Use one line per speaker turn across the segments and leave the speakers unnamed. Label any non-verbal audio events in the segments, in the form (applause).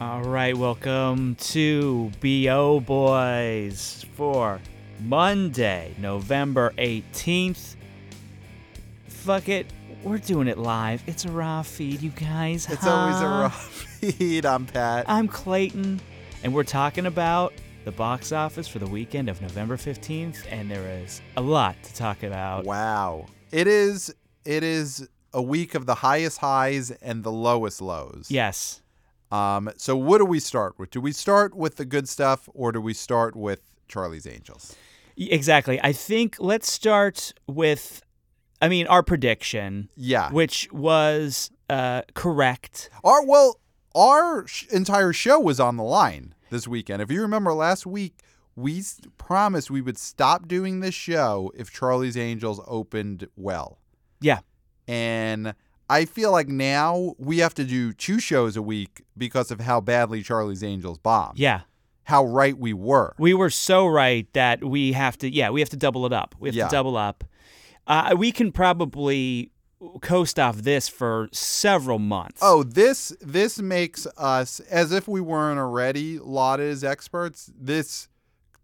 right, welcome to BO Boys for Monday, November 18th. Fuck it, we're doing it live. It's a raw feed, you guys.
It's always a
Huh? Uh,
raw (laughs) feed. I'm Pat.
I'm Clayton, and we're talking about the box office for the weekend of November 15th, and there is a lot to talk about.
Wow. It is it is a week of the highest highs and the lowest lows.
Yes.
Um so what do we start with? Do we start with the good stuff or do we start with Charlie's Angels?
Y- Exactly. I think let's start with, I mean, our prediction,
Yeah.
which was uh, correct.
Our well, our sh- entire show was on the line this weekend. If you remember last week, we s- promised we would stop doing this show if Charlie's Angels opened well.
Yeah.
And I feel like now we have to do two shows a week because of how badly Charlie's Angels bombed.
Yeah.
How right we were.
We were so right that we have to, yeah, we have to double it up. We have
Yeah.
to double up. Uh, we can probably coast off this for several months.
Oh, this this makes us as if we weren't already lauded as experts. This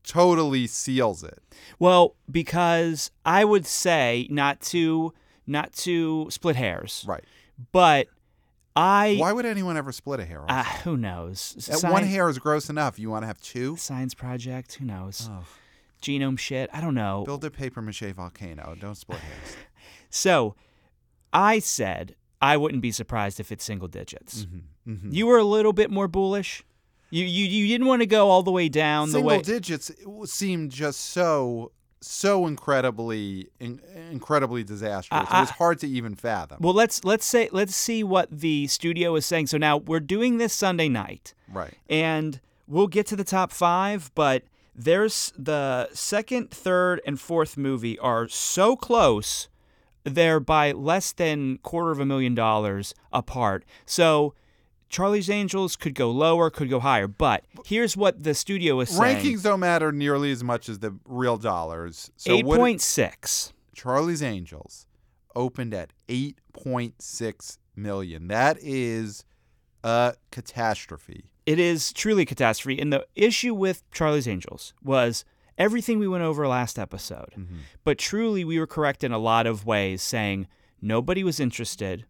totally seals it.
Well, because I would say not to not to split hairs,
Right.
but I
Why would anyone ever split a hair? off?
uh, who knows
At
Sci-
one hair is gross enough. You want to have two?
science project who
Uh.
knows genome shit I don't know.
Build a paper mache volcano. Don't split
(sighs)
hairs.
So I said I wouldn't be surprised if it's single digits.
Mhm.
Hmm. You were a little bit more bullish. You you you didn't want to go all the way down
Single
the way.
digits seemed just so so incredibly in, incredibly disastrous.
I-
it was hard to even fathom.
well, let's let's say let's see what the studio is saying. So now we're doing this Sunday night.
right.
and we'll get to the top five, but there's the second, third, and fourth movie are so close. They're by less than quarter of a million dollars apart. So Charlie's Angels could go lower, could go higher. But here's what the studio is saying.
Rankings don't matter nearly as much as the real dollars. So
eight
what
point six.
Charlie's Angels opened at 8.6 million. That is a catastrophe.
It is truly a catastrophe. And the issue with Charlie's Angels was everything we went over last episode.
Mm-hmm.
But truly, we were correct in a lot of ways, saying nobody was interested.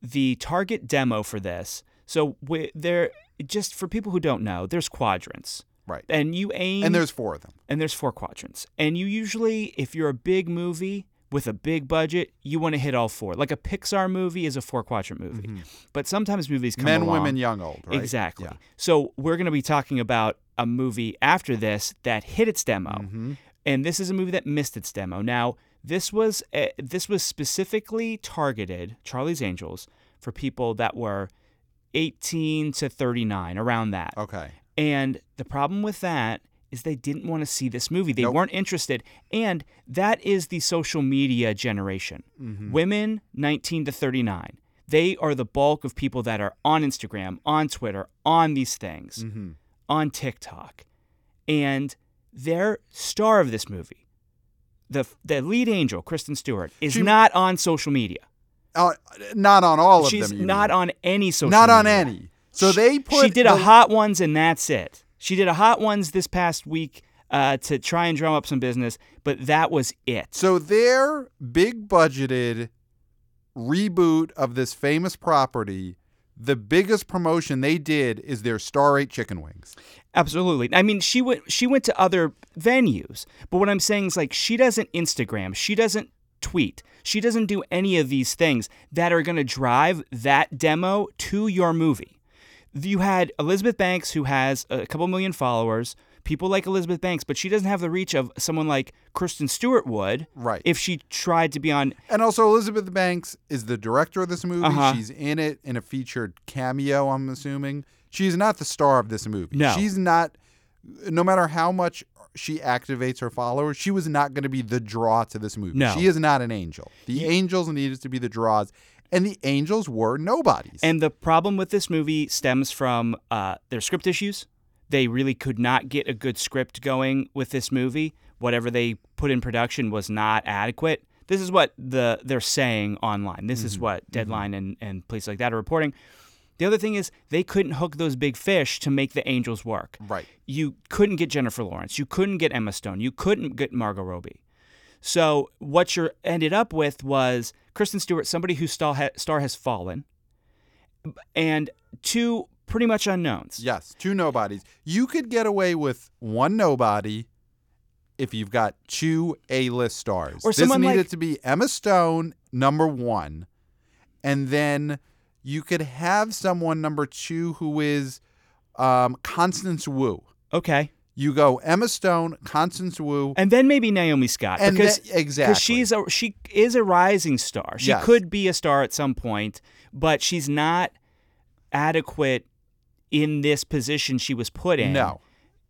The target demo for this, so we, there, just for people who don't know, there's quadrants,
Right.
and you aim
And there's four of them.
and there's four quadrants. And you usually, if you're a big movie with a big budget, you want to hit all four. Like a Pixar movie is a four quadrant movie, but sometimes movies come
Mm-hmm. Men,
along-
women, young, old, right?
Exactly.
Yeah.
So we're going to be talking about a movie after this that hit its demo,
Mm-hmm.
and this is a movie that missed its demo. Now, this was uh, this was specifically targeted Charlie's Angels for people that were 18 to 39, around that.
Okay.
And the problem with that is they didn't want to see this movie. They
Nope.
weren't interested. And that is the social media generation.
Mm-hmm.
Women 19 to 39. They are the bulk of people that are on Instagram, on Twitter, on these things,
Mm. Mm-hmm.
on TikTok. And their star of this movie, the the lead angel, Kristen Stewart, is
She-
not on social media.
Uh, not on all of
She's
them. you
not
mean.
on any social
Not on
media.
any. So
Sh-
they put.
She did a
the-
hot ones, and that's it. She did a hot ones this past week uh, to try and drum up some business, but that was it.
So their big budgeted reboot of this famous property, the biggest promotion they did is their Star Eight chicken wings.
Absolutely. I mean, she went she went to other venues, but what I'm saying is like she doesn't Instagram, she doesn't tweet, she doesn't do any of these things that are going to drive that demo to your movie. You had Elizabeth Banks who has a couple million followers. People like Elizabeth Banks, but she doesn't have the reach of someone like Kristen Stewart would
Right.
if she tried to be on
And also, Elizabeth Banks is the director of this movie.
Uh-huh.
She's in it in a featured cameo, I'm assuming. She's not the star of this movie.
No.
She's not, no matter how much she activates her followers, she was not going to be the draw to this movie.
No.
She is not an angel. The angels needed to be the draws, and the angels were nobodies.
And the problem with this movie stems from uh, their script issues. They really could not get a good script going with this movie. Whatever they put in production was not adequate. This is what the they're saying online. This is what Deadline and, and places like that are reporting. The other thing is they couldn't hook those big fish to make the Angels work.
Right.
You couldn't get Jennifer Lawrence. You couldn't get Emma Stone. You couldn't get Margot Robbie. So what you ended up with was Kristen Stewart, somebody whose star, ha- star has fallen, and two pretty much unknowns.
Yes, two nobodies. You could get away with one nobody if you've got two A list stars.
Or
this
someone
needed
like-
to be Emma Stone, number one, and then you could have someone number two who is um, Constance Wu.
Okay.
You go Emma Stone, Constance Wu,
And then maybe Naomi Scott
and
because
then- exactly
because she's a she is a rising star. She
Yes.
could be a star at some point, but she's not adequate in this position she was put in.
no.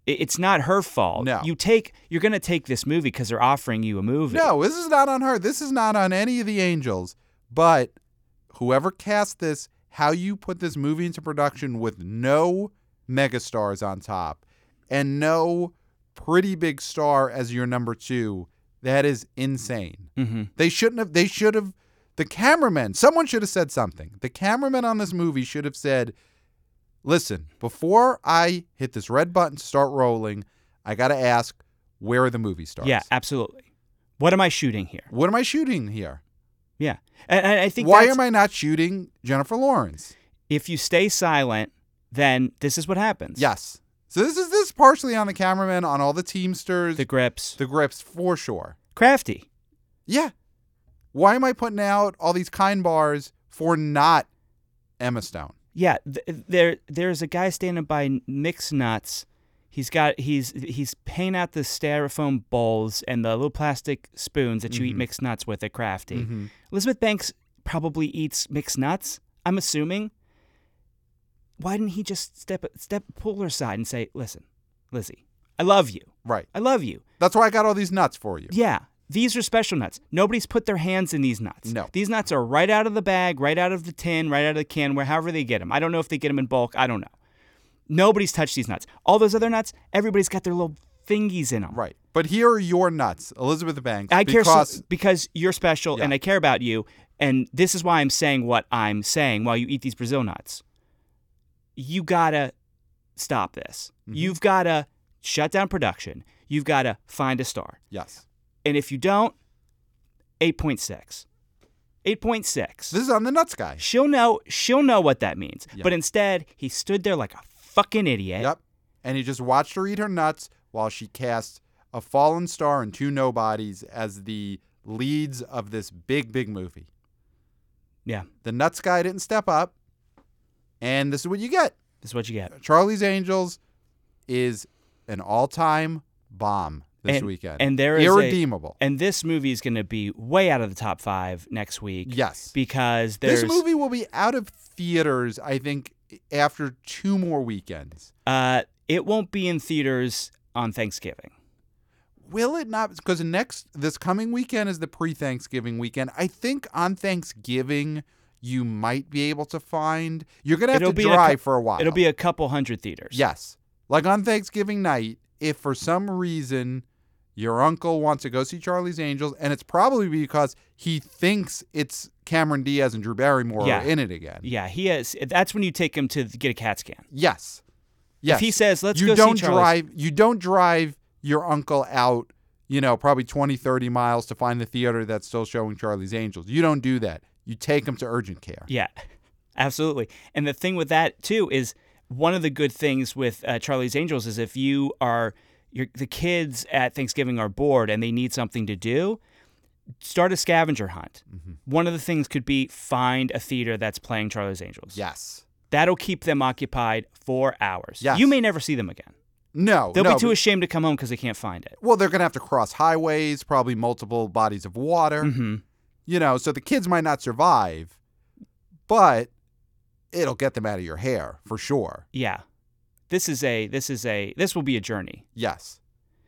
I- it's not her fault.
No.
you take you're gonna take this movie because they're offering you a movie.
No, this is not on her. This is not on any of the angels. But whoever cast this, how you put this movie into production with no megastars on top and no pretty big star as your number two, that is insane.
hmm
They shouldn't have. They should have. The cameraman. Someone should have said something. The cameraman on this movie should have said, "Listen, before I hit this red button to start rolling, I got to ask where are the movie stars."
Yeah, absolutely. What am I shooting here?
What am I shooting here?
Yeah, and, and I think
Why
that's-
am I not shooting Jennifer Lawrence?
if you stay silent, then this is what happens.
Yes. So this is this is partially on the cameraman, on all the Teamsters,
the
the,
grips,
grips for sure.
crafty.
Yeah. Why am I putting out all these kind bars for not Emma Stone?
Yeah, th- there there's a guy standing by Mix Nuts. He's got he's he's paying out the styrofoam bowls and the little plastic spoons that you eat mixed nuts with at Crafty. Elizabeth Banks probably eats mixed nuts. I'm assuming. Why didn't he just step step pull her aside and say, "Listen, Lizzie, I love you.
Right.
I love you.
That's why I got all these nuts for you.
Yeah, these are special nuts. Nobody's put their hands in these nuts.
No.
These nuts are right out of the bag, right out of the tin, right out of the can, where however they get them. I don't know if they get them in bulk. I don't know. Nobody's touched these nuts. All those other nuts, everybody's got their little thingies in them.
Right. But here are your nuts, Elizabeth Banks.
I care
because
so, because you're special and
Yeah.
I care about you. And this is why I'm saying what I'm saying while you eat these Brazil nuts. You gotta stop this.
Mm-hmm.
You've gotta shut down production. You've gotta find a star.
yes.
And if you don't, 8.6. 8.6.
This is on the nuts guy.
she'll know she'll know what that means.
Yeah.
But instead, he stood there like a fucking idiot.
Yep. And he just watched her eat her nuts while she cast a fallen star and two nobodies as the leads of this big, big movie.
Yeah.
The nuts guy didn't step up. And this is what you get.
This is what you get.
Charlie's Angels is an all time bomb this
And-
weekend.
and there is a-
irredeemable.
And this movie is going to be way out of the top 5 next week.
yes.
Because there's
This movie will be out of theaters, I think, after two more weekends.
uh it won't be in theaters on Thanksgiving.
Will it not? Because next, this coming weekend is the pre Thanksgiving weekend. I think on Thanksgiving, you might be able to find. You're going to have
It'll
to
be in a
drive
cou-
for a while.
It'll be a couple hundred theaters.
Yes. Like on Thanksgiving night, if for some reason your uncle wants to go see Charlie's Angels, and it's probably because he thinks it's Cameron Diaz and Drew Barrymore
Yeah.
are in it again.
Yeah, he is. That's when you take him to get a CAT scan.
Yes. Yes.
If he says, "Let's
you
go
don't
see Charlie's
drive you don't drive your uncle out, you know, probably 20, 30 miles to find the theater that's still showing Charlie's Angels. You don't do that. You take him to urgent care.
Yeah, (laughs) absolutely. And the thing with that too is one of the good things with uh, Charlie's Angels is if you are your the kids at Thanksgiving are bored and they need something to do, start a scavenger hunt.
Mm-hmm.
One of the things could be find a theater that's playing Charlie's Angels.
Yes.
That'll keep them occupied for hours.
Yes.
You may never see them again.
No.
They'll
no,
be too
but-
ashamed to come home because they can't find it.
well, they're gonna have to cross highways, probably multiple bodies of water.
hmm
you know, so the kids might not survive, but it'll get them out of your hair for sure.
Yeah. This is a this is a this will be a journey.
Yes.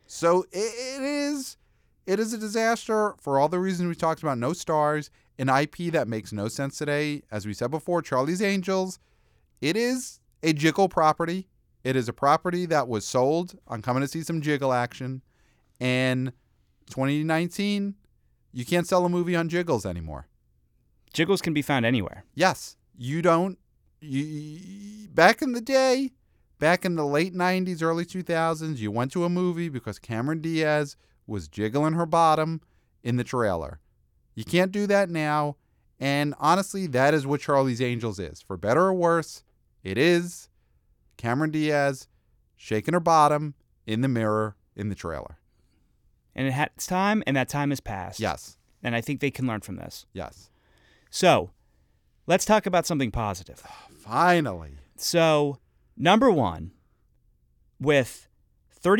So i it is it is a disaster for all the reasons we talked about no stars, an IP that makes no sense today, as we said before, Charlie's Angels. It is a jiggle property. It is a property that was sold on coming to see some jiggle action and 2019 you can't sell a movie on jiggles anymore.
Jiggles can be found anywhere.
Yes, you don't you, back in the day, back in the late 90s, early 2000s, you went to a movie because Cameron Diaz was jiggling her bottom in the trailer. You can't do that now. And honestly, that is what Charlie's Angels is. For better or worse, it is Cameron Diaz shaking her bottom in the mirror in the trailer.
And it had its time, and that time has passed.
Yes,
And I think they can learn from this.
yes.
So let's talk about something positive.
Finally.
So, number one, with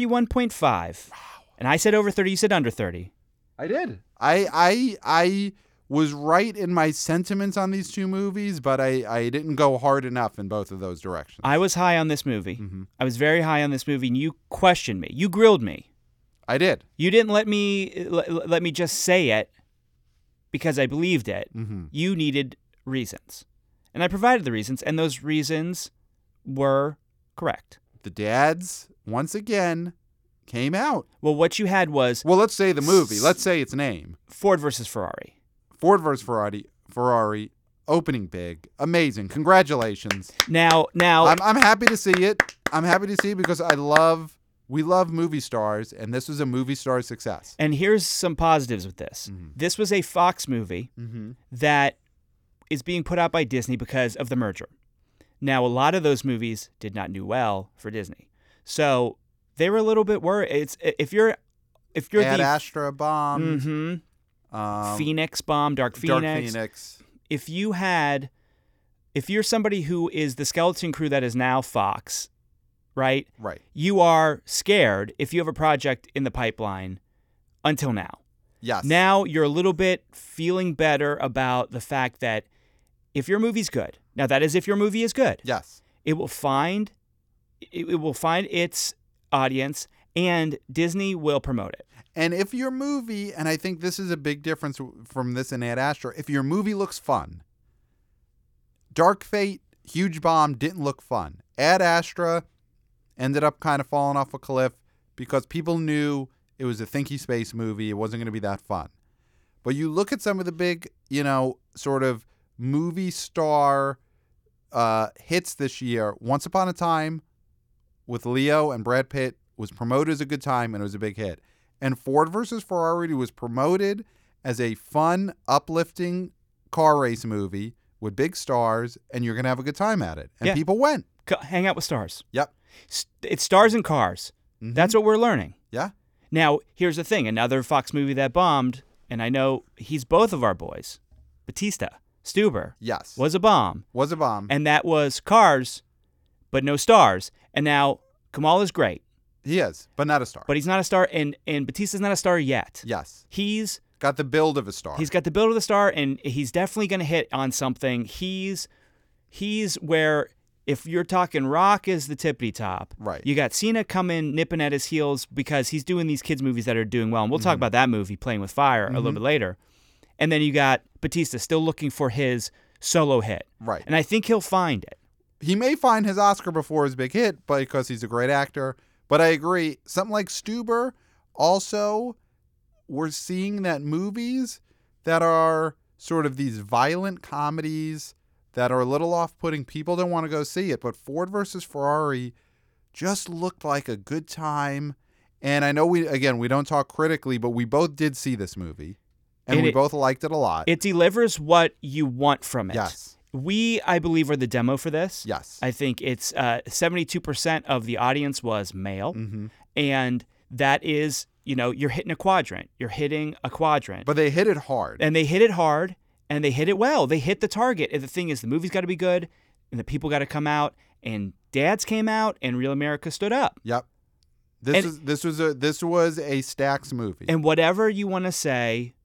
31.5, and I said over 30, you said under 30.
I did. I I I was right in my sentiments on these two movies, but I I didn't go hard enough in both of those directions.
I was high on this movie. I was very high on this movie, and you questioned me. You grilled me.
I did.
You didn't let me let, let me just say it because I believed it.
Mm-hmm.
You needed reasons, and I provided the reasons, and those reasons were correct.
The dads once again came out.
Well, what you had was
Well, let's say the movie. Let's say its name.
Ford versus Ferrari.
Ford vs Ferrari. Ferrari opening big. Amazing. Congratulations.
Now, now,
I'm I'm happy to see it. I'm happy to see it because I love we love movie stars, and this was a movie star success.
and here's some positives with this. This was a Fox movie
Mm-hmm.
that is being put out by Disney because of the merger. Now, a lot of those movies did not do well for Disney, so they were a little bit worried. It's if you're if you're
Ad
the
Astra bomb.
hmm
Um,
Phoenix Bomb, Dark Phoenix.
Dark Phoenix.
If you had, if you're somebody who is the skeleton crew that is now Fox, right?
Right.
You are scared if you have a project in the pipeline until now.
Yes.
Now you're a little bit feeling better about the fact that if your movie's good, now that is if your movie is good,
Yes.
it will find it, it will find its audience and Disney will promote it.
And if your movie, and I think this is a big difference w- from this and Ad Astra, if your movie looks fun, Dark Fate, Huge Bomb didn't look fun. Ad Astra ended up kind of falling off a cliff because people knew it was a thinky space movie. It wasn't going to be that fun. But you look at some of the big, you know, sort of movie star uh, hits this year. Once Upon a Time with Leo and Brad Pitt was promoted as a good time and it was a big hit. And Ford versus Ferrari was promoted as a fun, uplifting car race movie with big stars, and you're going to have a good time at it. And
Yeah.
people went.
Co- Hang out with stars.
Yep.
S- It's stars and cars.
Mhm.
That's what we're learning.
Yeah.
Now, here's the thing another Fox movie that bombed, and I know he's both of our boys, Batista, Stuber,
Yes. Mm-hmm.
was a bomb.
was a bomb.
And that was Cars, but no stars. And now Kamal is great,
he is, but not a star.
but he's not a star, and, and Batista's not a star yet.
yes.
He's
Got the build of a star.
he's got the build of the star, and he's definitely going to hit on something. He's he's where if you're talking rock is the tippity top,
Right.
You got Cena coming nipping at his heels because he's doing these kids movies that are doing well, and we'll talk
Mm-hmm.
about that movie Playing with Fire a little bit later. And then you got Batista still looking for his solo hit,
Right.
And I think he'll find it.
he may find his Oscar before his big hit but because he's a great actor. But I agree. Something like Stuber, also, we're seeing that movies that are sort of these violent comedies that are a little off putting, people don't want to go see it. But Ford versus Ferrari just looked like a good time. And I know we, again, we don't talk critically, but we both did see this movie and,
And
we
it-
both liked it a lot.
It delivers what you want from it.
yes.
We, I believe, are the demo for this.
Yes.
I think it's uh, 72% of the audience was male.
hmm
and that is you know you're hitting a quadrant you're hitting a quadrant
But they hit it hard.
and they hit it hard and they hit it well they hit the target and the thing is the movie's got to be good and the people got to come out and dads came out and real america stood up
Yep. This
And-
is this was a this was a Stacks movie.
and whatever you want to say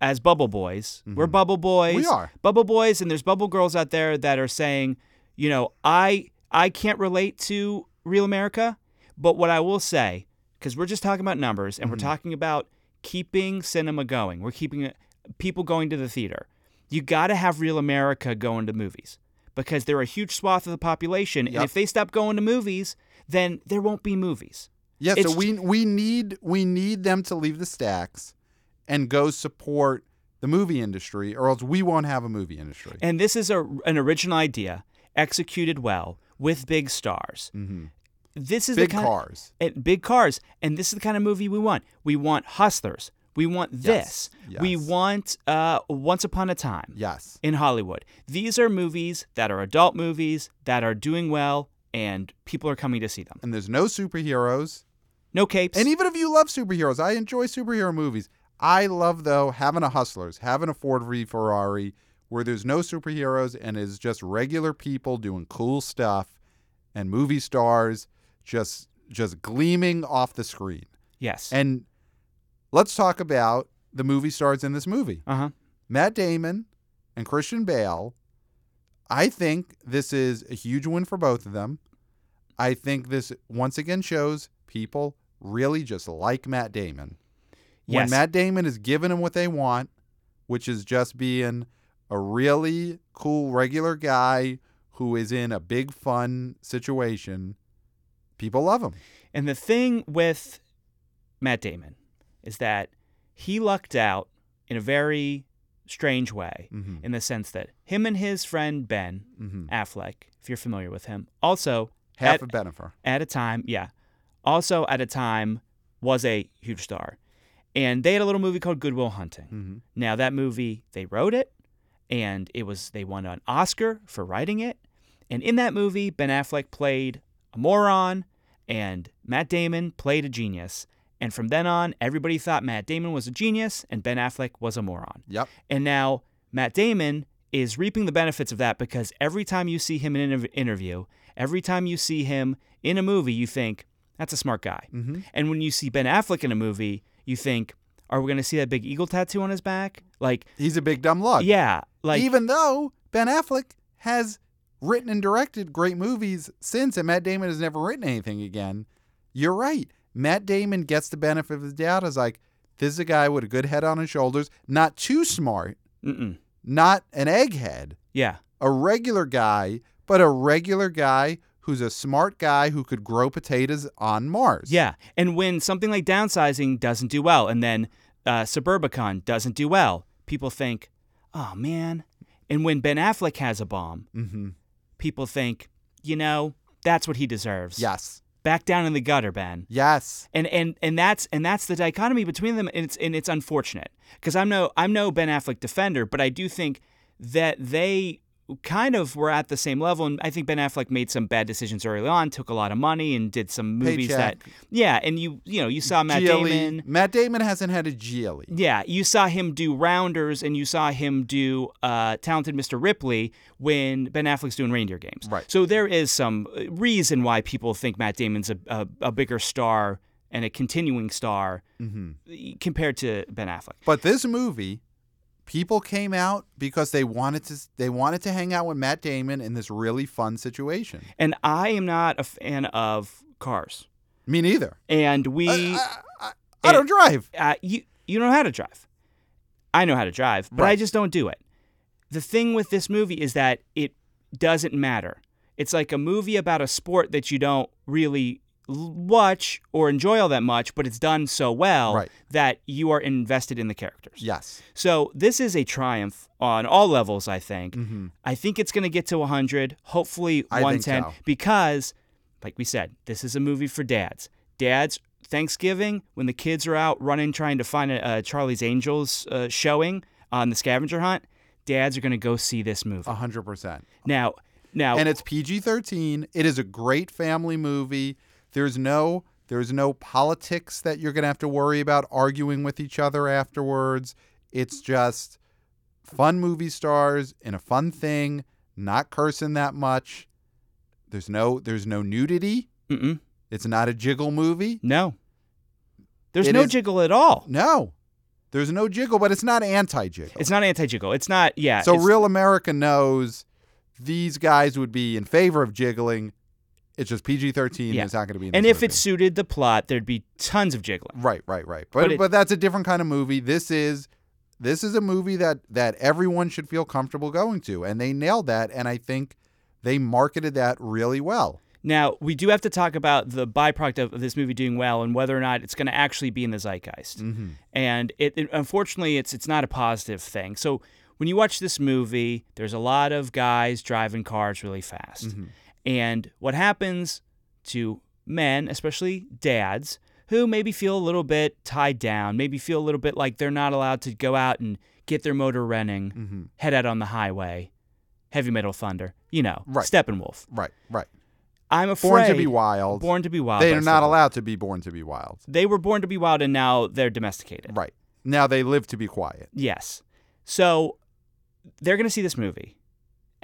as bubble boys we're
Mhm.
bubble boys
we are.
bubble boys and there's bubble girls out there that are saying, you know, I I can't relate to real America, but what I will say cuz we're just talking about numbers and we're
Mm-hmm.
talking about keeping cinema going. We're keeping it- people going to the theater. You got to have real America going to movies because they're a huge swath of the population and
Yep.
if they stop going to movies, then there won't be movies.
Yeah, so
it's-
we we need we need them to leave the Stacks and go support the movie industry, or else we won't have a movie industry.
And this is a, an original idea. executed well with big stars. This is
Mm-hmm. Big
the kind
cars.
At big cars, and this is the kind of movie we want. We want hustlers. We want this. We
Yes.
want uh, Once Upon a Time
Yes.
in Hollywood. These are movies that are adult movies that are doing well, and people are coming to see them.
And there's no superheroes.
No capes.
And even if you love superheroes, I enjoy superhero movies. I love though having a hustlers, having a Ford v Ferrari, where there's no superheroes and is just regular people doing cool stuff, and movie stars just just gleaming off the screen.
yes.
And let's talk about the movie stars in this movie.
uh huh.
Matt Damon and Christian Bale. I think this is a huge win for both of them. I think this once again shows people really just like Matt Damon. When
Yes.
Matt Damon is giving them what they want, which is just being a really cool regular guy who is in a big fun situation, people love him.
And the thing with Matt Damon is that he lucked out in a very strange way,
Mhm.
in the sense that him and his friend Ben
Mhm.
Affleck, if you're familiar with him, also
Half
at,
a benefit.
at a time, yeah, also at a time was a huge star. And they had a little movie called Goodwill Hunting.
Mm-hmm.
Now that movie, they wrote it, and it was they won an Oscar for writing it. And in that movie, Ben Affleck played a moron, and Matt Damon played a genius. And from then on, everybody thought Matt Damon was a genius and Ben Affleck was a moron.
Yep.
And now Matt Damon is reaping the benefits of that because every time you see him in an interv- interview, every time you see him in a movie, you think, that's a smart guy.
Mm-hmm.
And when you see Ben Affleck in a movie, you think, are we going to see that big eagle tattoo on his back? Like,
He's a big dumb lug.
yeah, like
Uh, even though Ben Affleck has written and directed great movies since, and Matt Damon has never written anything again. You're right. Matt Damon gets the benefit of the doubt as like this is a guy with a good head on his shoulders, not too smart,
mm-mm.
not an egghead,
yeah,
a regular guy, but a regular guy who's a smart guy who could grow potatoes on Mars.
yeah. And when something like downsizing doesn't do well, and then uh, Suburbicon doesn't do well, people think, oh man. And when Ben Affleck has a bomb,
Mm-hmm.
people think, you know, that's what he deserves.
Yes.
back down in the gutter, Ben.
Yes.
and and and that's and that's the dichotomy between them and it's and it's unfortunate because I'm no I'm no Ben Affleck defender but I do think that they kind of were at the same level and I think Ben Affleck made some bad decisions early on took a lot of money and did some movies
Paycheck. E.
that yeah and you you know you saw Matt
GLE.
Damon
Matt Damon hasn't had a E. GLE.
yeah you saw him do Rounders and you saw him do uh, Talented Mr Ripley when Ben Affleck's doing Reindeer Games
Right.
so there is some uh, reason why people think Matt Damon's a a, a bigger star and a continuing star
Mm-hmm.
compared to Ben Affleck.
But this movie, people came out because they wanted to they wanted to hang out with Matt Damon in this really fun situation.
And I am not a fan of cars.
Me neither.
And we,
I, I, I- I don't drive.
uh, you, you know how to drive. I know how to drive, but I
Right.
just don't do it. The thing with this movie is that it doesn't matter. It's like a movie about a sport that you don't really l- watch or enjoy all that much, but it's done so well
Right.
that you are invested in the characters.
Yes.
So this is a triumph on all levels, I think.
Mhm.
I think it's going to get to 100, hopefully
I think
110,
so.
because, like we said, this is a movie for dads. Dads, Thanksgiving, when the kids are out running trying to find a, a Charlie's Angels uh, showing on the scavenger hunt, dads are going to go see this movie.
A hundred percent.
now, now,
Uh, And it's PG thirteen. It is a great family movie. There's no there's no politics that you're gonna have to worry about arguing with each other afterwards. It's just fun movie stars in a fun thing, not cursing that much. There's no there's no nudity.
mm-mm,
It's not a jiggle movie.
no. There's
It
no
is-
jiggle at all.
No. There's no jiggle, but it's not anti jiggle.
It's not anti jiggle. It's not, yeah.
So
it's-
real America knows these guys would be in favor of jiggling. It's just PG thirteen.
Yeah.
It's not going to be. In
And
this
if it
movie.
suited the plot, there'd be tons of jiggling.
right, right, right. But
But
but,
it-
that's a different kind of movie. This is this is a movie that that everyone should feel comfortable going to, and they nailed that. And I think they marketed that really well.
Now, we do have to talk about the byproduct of this movie doing well and whether or not it's going to actually be in the zeitgeist.
Mm-hmm.
And it, it- unfortunately, it's it's not a positive thing. So when you watch this movie, there's a lot of guys driving cars really fast.
Mm-hmm.
And what happens to men, especially dads, who maybe feel a little bit tied down, maybe feel a little bit like they're not allowed to go out and get their motor running,
Mm-hmm.
head out on the highway, heavy metal thunder, you know,
Right.
Steppenwolf.
Right, right.
I'm afraid.
Born to be wild.
Born to be wild.
they
by
are not
Steppenwolf.
allowed to be born to be wild.
They were born to be wild and now they're domesticated.
Right. Now they live to be quiet.
Yes. So they're going to see this movie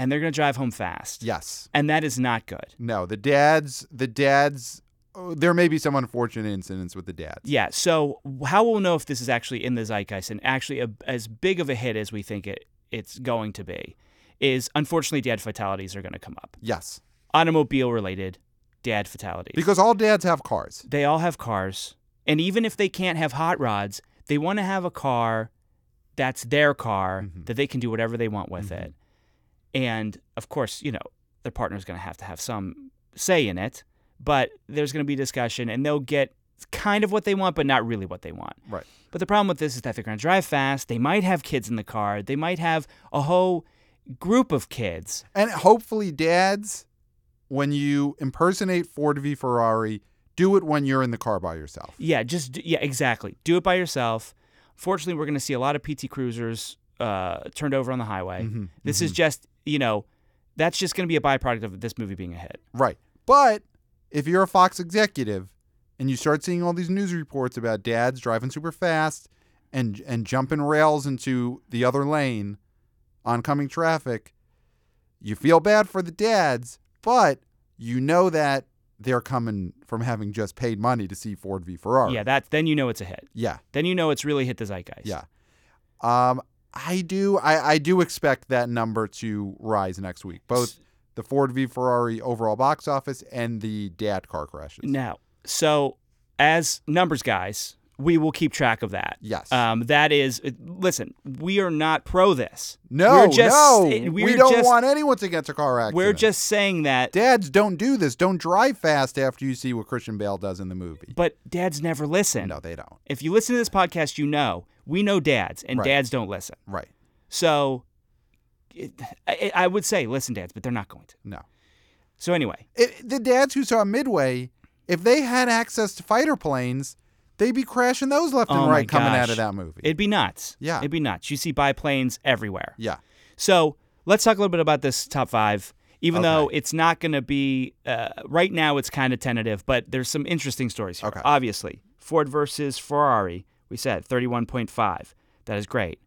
and they're going to drive home fast.
Yes.
And that is not good.
No, the dads, the dads, oh, there may be some unfortunate incidents with the dads.
Yeah. So how we'll know if this is actually in the zeitgeist and actually a, as big of a hit as we think it it's going to be is unfortunately dad fatalities are going to come up.
Yes.
Automobile related dad fatalities.
Because all dads have cars.
they all have cars and even if they can't have hot rods, they want to have a car that's their car that they can do whatever they want with it. And of course, you know, their partner's going to have to have some say in it, but there's going to be discussion and they'll get kind of what they want but not really what they want.
Right.
But the problem with this is that they're going to drive fast. They might have kids in the car. They might have a whole group of kids.
And hopefully, dads, when you impersonate Ford v Ferrari, do it when you're in the car by yourself.
Yeah, just d- yeah, exactly. Do it by yourself. Fortunately, we're going to see a lot of PT Cruisers uh, turned over on the highway.
Mhm,
This is just you know, that's just going to be a byproduct of this movie being a hit.
Right. But if you're a Fox executive and you start seeing all these news reports about dads driving super fast and and jumping rails into the other lane, oncoming traffic, you feel bad for the dads, but you know that they're coming from having just paid money to see Ford v Ferrari.
Yeah, that then you know it's a hit.
Yeah.
Then you know it's really hit the zeitgeist.
Yeah. Um, I do. I, I do expect that number to rise next week. Both the Ford v Ferrari overall box office and the dad car crashes.
Now, so as numbers guys, we will keep track of that.
Yes.
Um, that is, listen, we are not pro this.
no.
we're just-
no.
it-
We
we're
don't
just-
want anyone to get to car accident.
We're just saying that,
dads. Don't do this. Don't drive fast after you see what Christian Bale does in the movie.
but dads never listen.
No, they don't.
If you listen to this podcast, you know we know dads, and
Right.
dads don't listen.
Right.
So it, I, I would say listen, dads, but they're not going to.
No.
So anyway,
It, the dads who saw Midway, if they had access to fighter planes, they'd be crashing those left
Oh
and
my
right coming out
gosh.
of that movie.
it'd be nuts.
Yeah.
it'd be nuts. You see biplanes everywhere.
yeah.
So let's talk a little bit about this top five. Even though it's not going to be uh, right now, it's kind of tentative, but there's some interesting stories here.
Okay.
Obviously, Ford versus Ferrari. We said 31.5. That is great.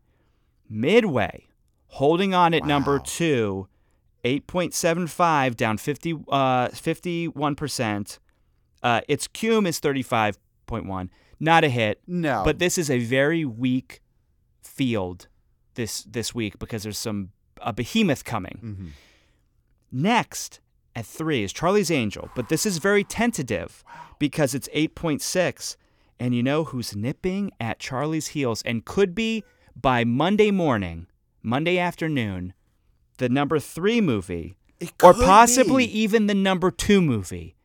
Midway holding on at number
Wow.
two, 8.75 down 50 uh, 51 percent. Uh, its Cume is 35.1. Not a hit.
No.
But this is a very weak field this this week because there's some a behemoth coming.
Mhm.
Next at three is Charlie's Angel, but this is very tentative because it's eight point six, and you know who's nipping at Charlie's heels and could be by Monday morning, Monday afternoon, the number three movie,
It
or
could
possibly
be.
even the number two movie,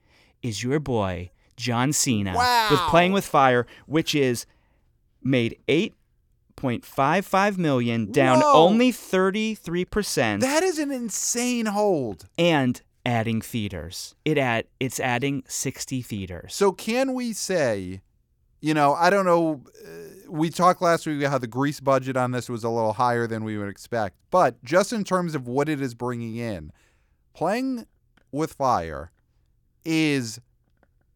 is your boy John Cena with
Wow.
Playing with Fire, which is made eight point five five million, down
Whoa.
only thirty three percent
That is an insane hold.
and adding theaters. It add it's adding 60 theaters.
So can we say, you know, I don't know. Uh, we talked last week about how the Grease budget on this was a little higher than we would expect, but just in terms of what it is bringing in, playing with fire is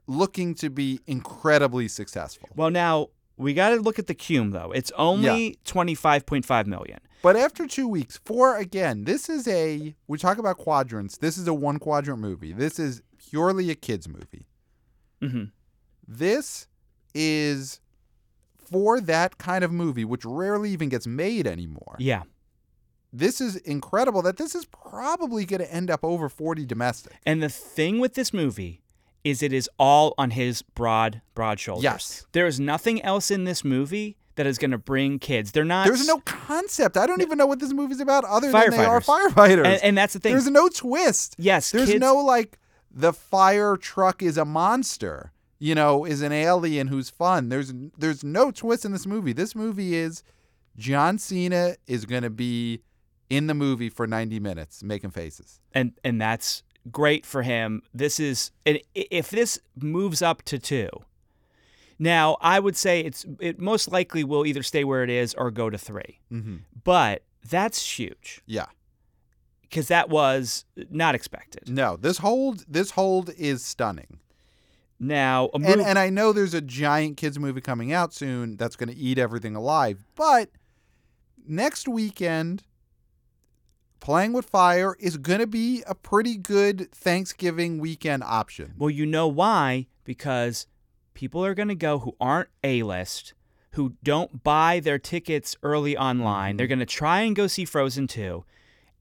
looking to be incredibly successful.
Well, now we got to look at the cume though. It's only 25.5 million.
But after two weeks, four again. This is a we talk about quadrants. This is a one quadrant movie. This is purely a kids movie. Mm-hmm.
Mhm.
This is for that kind of movie, which rarely even gets made anymore.
Yeah.
This is incredible that this is probably going to end up over 40 domestic.
And the thing with this movie is it is all on his broad broad shoulders.
Yes.
There is nothing else in this movie that is going to bring kids. They're not
There's no concept. I don't even know what this movie's about other than they are
Firefighters.
firefighters.
and, and that's the thing.
There's no twist.
yes,
There's
kids,
no like the fire truck is a monster, you know, is an alien who's fun. There's there's no twist in this movie. This movie is John Cena is going to be in the movie for 90 minutes making faces.
and and that's great for him. This is and i- if this moves up to two. Now, I would say it's it most likely will either stay where it is or go to three.
Mm-hmm.
But that's huge
Yeah.
because that was not expected.
No, this hold this hold is stunning.
Now, a move,
And and I know there's a giant kids movie coming out soon that's going to eat everything alive, but next weekend Playing with Fire is going to be a pretty good Thanksgiving weekend option.
well, you know why? Because people are going to go who aren't A list, who don't buy their tickets early online. They're going to try and go see Frozen 2.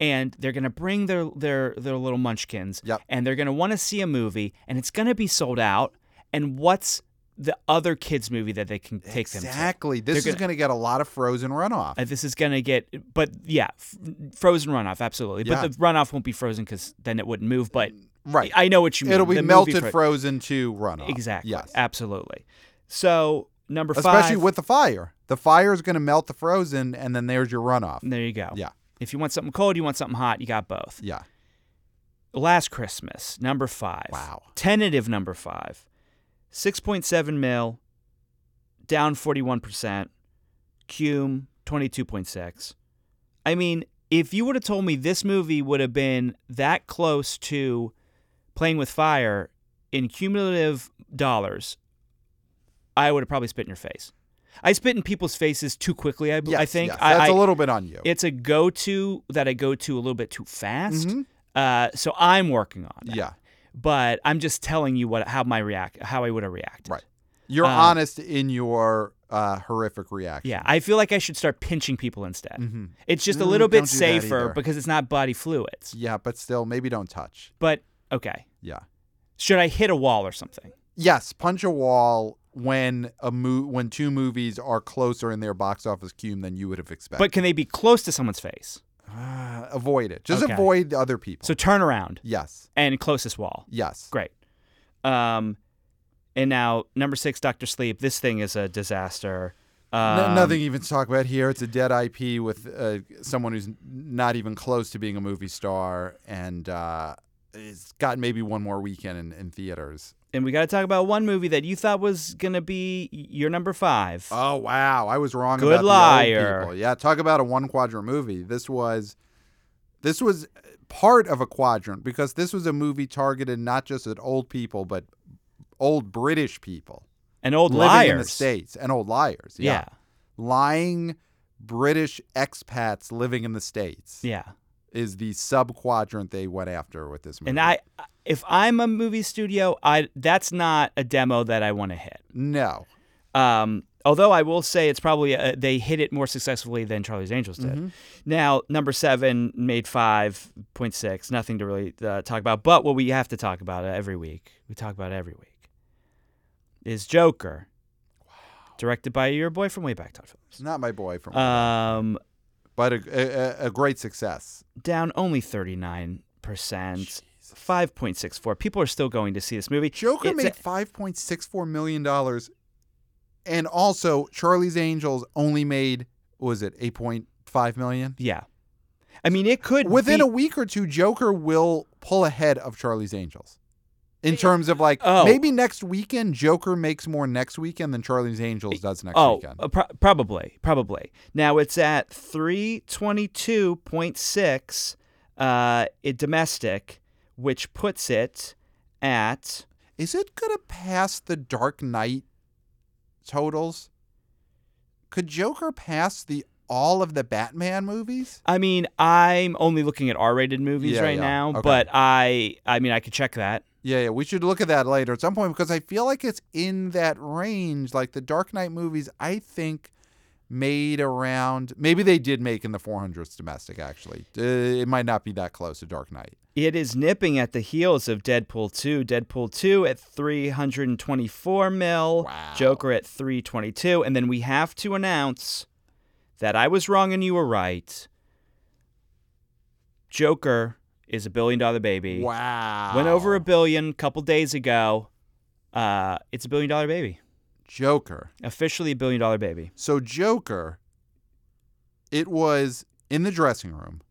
And they're gonna bring their their their little munchkins,
Yep.
and they're gonna want to see a movie, and it's gonna be sold out. And what's the other kids movie that they can take them to?
Exactly. This
They're
is going to get a lot of frozen runoff.
Uh, this is gonna get, but yeah, f- frozen runoff, absolutely.
Yeah.
But the runoff won't be frozen because then it wouldn't move. But
right.
I know what you mean.
It'll be
The movie
melted
Fro-
frozen to runoff.
Exactly.
Uh, Yes.
Absolutely. So number
Especially
five.
with the fire. The fire is going to melt the frozen, and then there's your runoff.
there you go.
Yeah.
If you want something cold, you want something hot. You got both.
Yeah.
Last Christmas, number five.
Wow.
Tentative number five. Six point seven mil. Down forty one percent. Cume twenty two point six. I mean, if you would have told me this movie would have been that close to playing with fire in cumulative dollars, I would have probably spit in your face. I spit in people's faces too quickly. I, I
Yes,
think
yes.
I-
that's
I-
a little bit on you.
it's a go-to that I go to a little bit too fast.
Mhm.
Uh, so I'm working on that.
Yeah.
But I'm just telling you what how my react how I would have reacted.
Right. You're
Um,
honest in your uh, horrific reaction.
Yeah, I feel like I should start pinching people instead.
hmm
It's just a
Mm,
little
don't
bit
do that
safer
either.
because it's not body fluids.
Yeah, but still, maybe don't touch.
But okay,
Yeah.
should I hit a wall or something?
Yes, punch a wall when a mo- when two movies are closer in their box office cume than you would have expected.
But can they be close to someone's face?
But uh, (sighs) avoid it. Just
Okay.
avoid the other people.
So turn around
yes.
and closest wall.
Yes.
Great. Um, and now number six, Doctor Sleep. This thing is a disaster.
No-
Um,
nothing even to talk about here. It's a dead IP with uh, someone who's n- not even close to being a movie star, and uh, it's got maybe one more weekend in, in theaters.
and we got to talk about one movie that you thought was gonna be your number five.
Oh wow, I was wrong.
Good
about The
liar.
old people. Yeah, talk about a one quadrant movie. This was, this was part of a quadrant because this was a movie targeted not just at old people but old British people
An old
living
liars.
in the states and old liars.
Yeah.
lying British expats living in the states.
yeah,
is the sub quadrant they went after with this movie.
And I, if I'm a movie studio, I that's not a demo that I want to hit.
no,
Um, although I will say it's probably uh they hit it more successfully than Charlie's Angels did. Now number seven made five point six. Nothing to really uh, talk about. But what we have to talk about every week, we talk about every week, is Joker. Directed by your boy from way back, Todd
it's not my boy from,
Phillips. Um,
but a, a, a great success.
down only 39%, 5.64. People are still going to see this movie.
Joker
It's
made
a-
five point six four million dollars, and also Charlie's Angels only made what was it eight point five million?
yeah. I mean, it could
Within
be,
a week or two, Joker will pull ahead of Charlie's Angels. In terms of like
Oh.
maybe next weekend, Joker makes more next weekend than Charlie's Angels does next
Oh,
weekend.
uh, pro- probably, probably. Now it's at 322.6 uh it domestic, which puts it at
Is it gonna pass the Dark Knight totals? Could Joker pass the all of the Batman movies?
I mean, I'm only looking at R-rated movies
Yeah,
right
yeah.
now,
Okay.
but I I mean, I could check that.
Yeah, yeah, we should look at that later at some point because I feel like it's in that range. Like the Dark Knight movies, I think made around maybe they did make in the 400s domestic actually. Uh, it might not be that close to Dark Knight.
It is nipping at the heels of Deadpool 2. Deadpool 2 at 324 mil,
Wow.
Joker at 322. And then we have to announce that I was wrong and you were right. Joker is a billion dollar baby.
Wow.
Went over a billion a couple days ago. Uh, it's a billion dollar baby.
Joker.
Officially a billion dollar baby.
So Joker It was in the dressing room.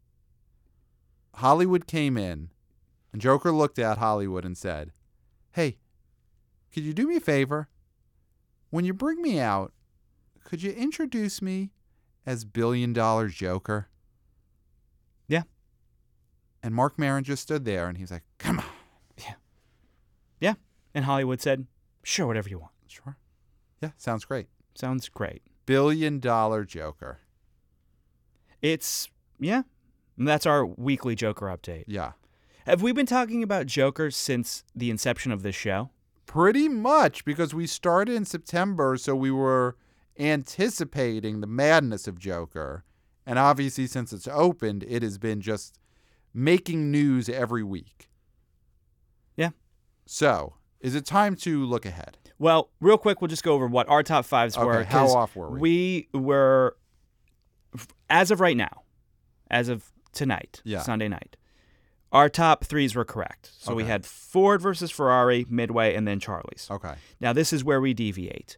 Hollywood came in, and Joker looked at Hollywood and said, Hey, could you do me a favor? When you bring me out, could you introduce me as Billion Dollar Joker?
Yeah.
And Mark Maron just stood there and he was like, Come on.
Yeah. And Hollywood said, sure, whatever you want.
Sure. Yeah, sounds great.
Sounds great.
Billion Dollar Joker.
It's, yeah. And that's our weekly Joker update.
Yeah.
Have we been talking about Joker since the inception of this show?
Pretty much because we started in September, so we were anticipating the madness of Joker. And obviously, since it's opened, it has been just making news every week.
Yeah.
So, is it time to look ahead?
Well, real quick, we'll just go over what our top fives
Okay,
were.
how
'cause
off were we?
We were, f- as of right now, as of tonight,
Yeah.
Sunday night, our top threes were correct. So we
Okay. Oh.
had Ford versus Ferrari, Midway, and then Charlie's.
Okay.
Now, this is where we deviate.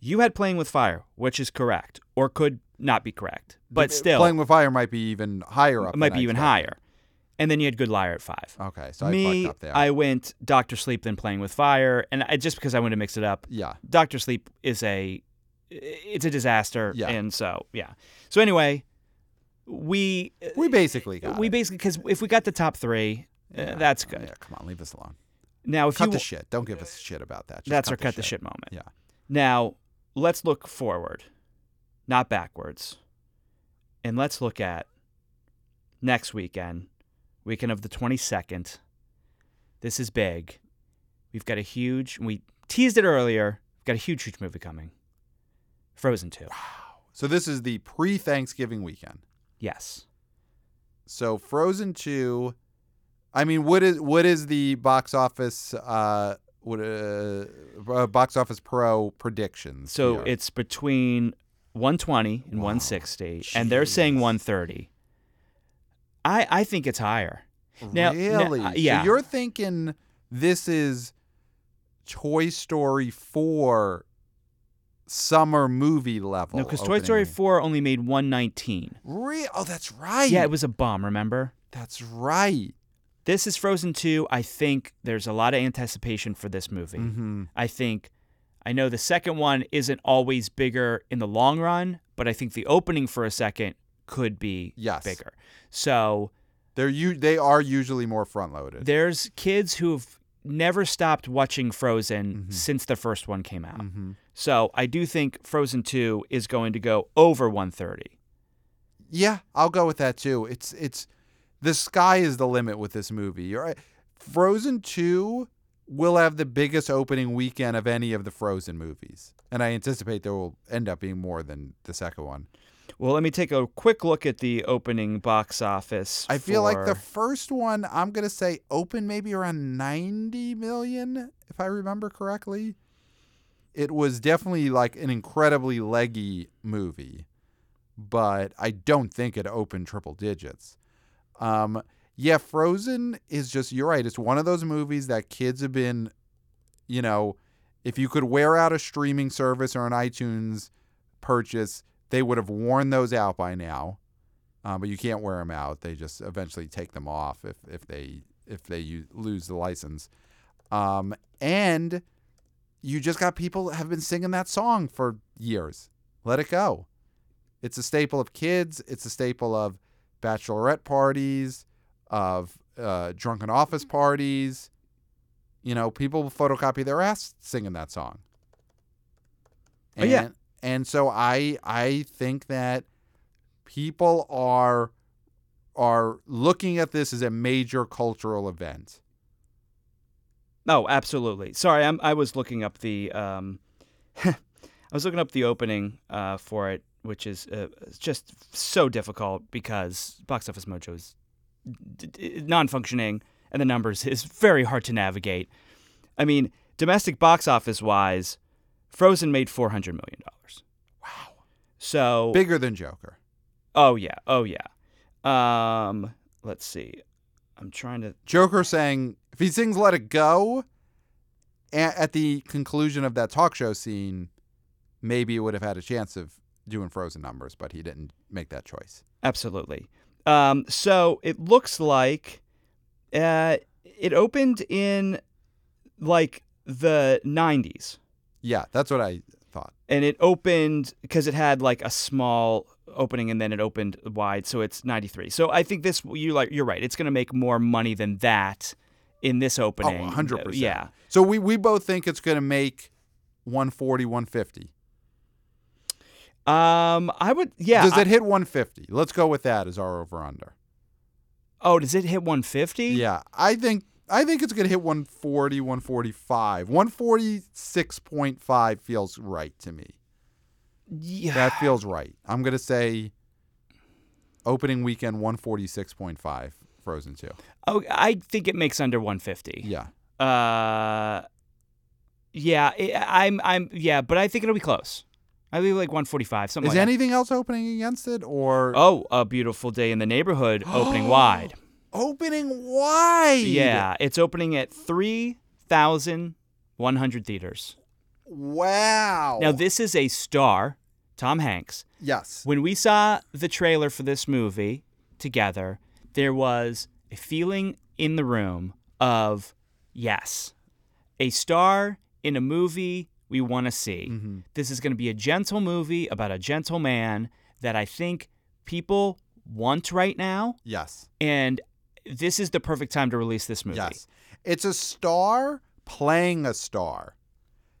You had Playing with Fire, which is correct, or could not be correct, but still,
Playing with Fire might be even higher up.
it might
than
be
I
even higher. And then you had Good Liar at five.
expected. Okay, so I
Me,
fucked up there.
I went Doctor Sleep, then Playing with Fire, and I, just because I wanted to mix it up,
yeah.
Doctor Sleep is a it's a disaster,
Yeah.
and so yeah. So anyway, we uh,
We basically got
we
it.
basically because if we got the top three, uh, that's good.
Yeah, come on, leave us alone.
Now if
cut
you
the shit. Don't give us shit about that. Just
that's our
the
cut the shit moment.
Yeah.
Now let's look forward, not backwards, and let's look at next weekend, weekend of the twenty second. This is big. We've got a huge. We teased it earlier. We've got a huge, huge movie coming. Frozen two.
So this is the pre-Thanksgiving weekend.
Yes.
So Frozen Two. I mean, what is what is the box office? Uh, what uh, uh, box office pro predictions?
So
here?
it's between 120 and
Wow.
160, and they're saying
Jeez.
130. I I think it's higher. now- now,
really
uh, yeah.
So you're thinking this is Toy Story Four summer movie level?
No, because Toy Story 4 only made 119.
Re- oh, that's right.
Yeah, it was a bomb. Remember?
that's right.
This is Frozen 2. I think there's a lot of anticipation for this movie.
hmm
I think I know the second one isn't always bigger in the long run, but I think the opening for a second could be
Yes.
bigger. So
They're u- they are usually more front loaded.
there's kids who've never stopped watching Frozen
Mhm.
since the first one came out.
hmm
So I do think Frozen 2 is going to go over 130.
Yeah, I'll go with that too. It's it's the sky is the limit with this movie. You're right. Frozen Two will have the biggest opening weekend of any of the Frozen movies, and I anticipate there will end up being more than the second one.
Well, let me take a quick look at the opening box office.
I feel like the
for-
first one I'm gonna say open maybe around 90 million, if I remember correctly. It was definitely like an incredibly leggy movie, but I don't think it opened triple digits. Um, yeah, Frozen is just you're right. It's one of those movies that kids have been, you know, if you could wear out a streaming service or an iTunes purchase, they would have worn those out by now. Um, but you can't wear them out. They just eventually take them off if if they if they u- lose the license. Um, and you just got people that have been singing that song for years. Let it go. It's a staple of kids. It's a staple of bachelorette parties, of uh, drunken office parties. You know, people photocopy their ass singing that song.
Oh, yeah.
And- and so I I think that people are are looking at this as a major cultural event.
Oh, absolutely. Sorry, I'm, I was looking up the um, (laughs) I was looking up the opening uh, for it, which is uh, just so difficult because Box Office Mojo is d- d- non-functioning, and the numbers is very hard to navigate. I mean, domestic box office wise, Frozen made four hundred million dollars.
Wow.
So
Bigger than Joker.
Oh yeah. Oh yeah. Um, let's see. I'm trying to.
Joker sang if he sings "Let It Go," a- at the conclusion of that talk show scene, maybe it would have had a chance of doing Frozen numbers, but he didn't make that choice.
Absolutely. Um, so it looks like uh, it opened in like the 90s.
Yeah, that's what I thought.
And it opened because it had like a small opening and then it opened wide. So it's 93. So I think this, you like, you're right. It's going to make more money than that in this
Oh,
opening.
100%.
Yeah.
So we, we both think it's going to make 140, 150.
Um, I would, yeah.
Does
I-
it hit 150? Let's go with that as our over under.
oh, does it hit 150?
Yeah, I think I think it's going to hit 140, 145. 146.5 feels right to me.
Yeah.
That feels right. I'm going to say opening weekend 146.5 Frozen 2.
Oh, I think it makes under 150.
Yeah.
Uh, yeah, I- I'm, I'm, yeah, but I think it'll be close. I think like 145, something
Is
like
anything else opening against it or
that. Oh, a beautiful day in the neighborhood opening wide.
(gasps) opening wide?
Yeah, it's opening at 3,100 theaters.
Wow.
Now, this is a star, Tom Hanks.
yes.
When we saw the trailer for this movie together, there was a feeling in the room of yes, a star in a movie we want to see.
Mhm.
This is going to be a gentle movie about a gentle man that I think people want right now.
Yes.
And this is the perfect time to release this movie.
Yes. It's a star playing a star.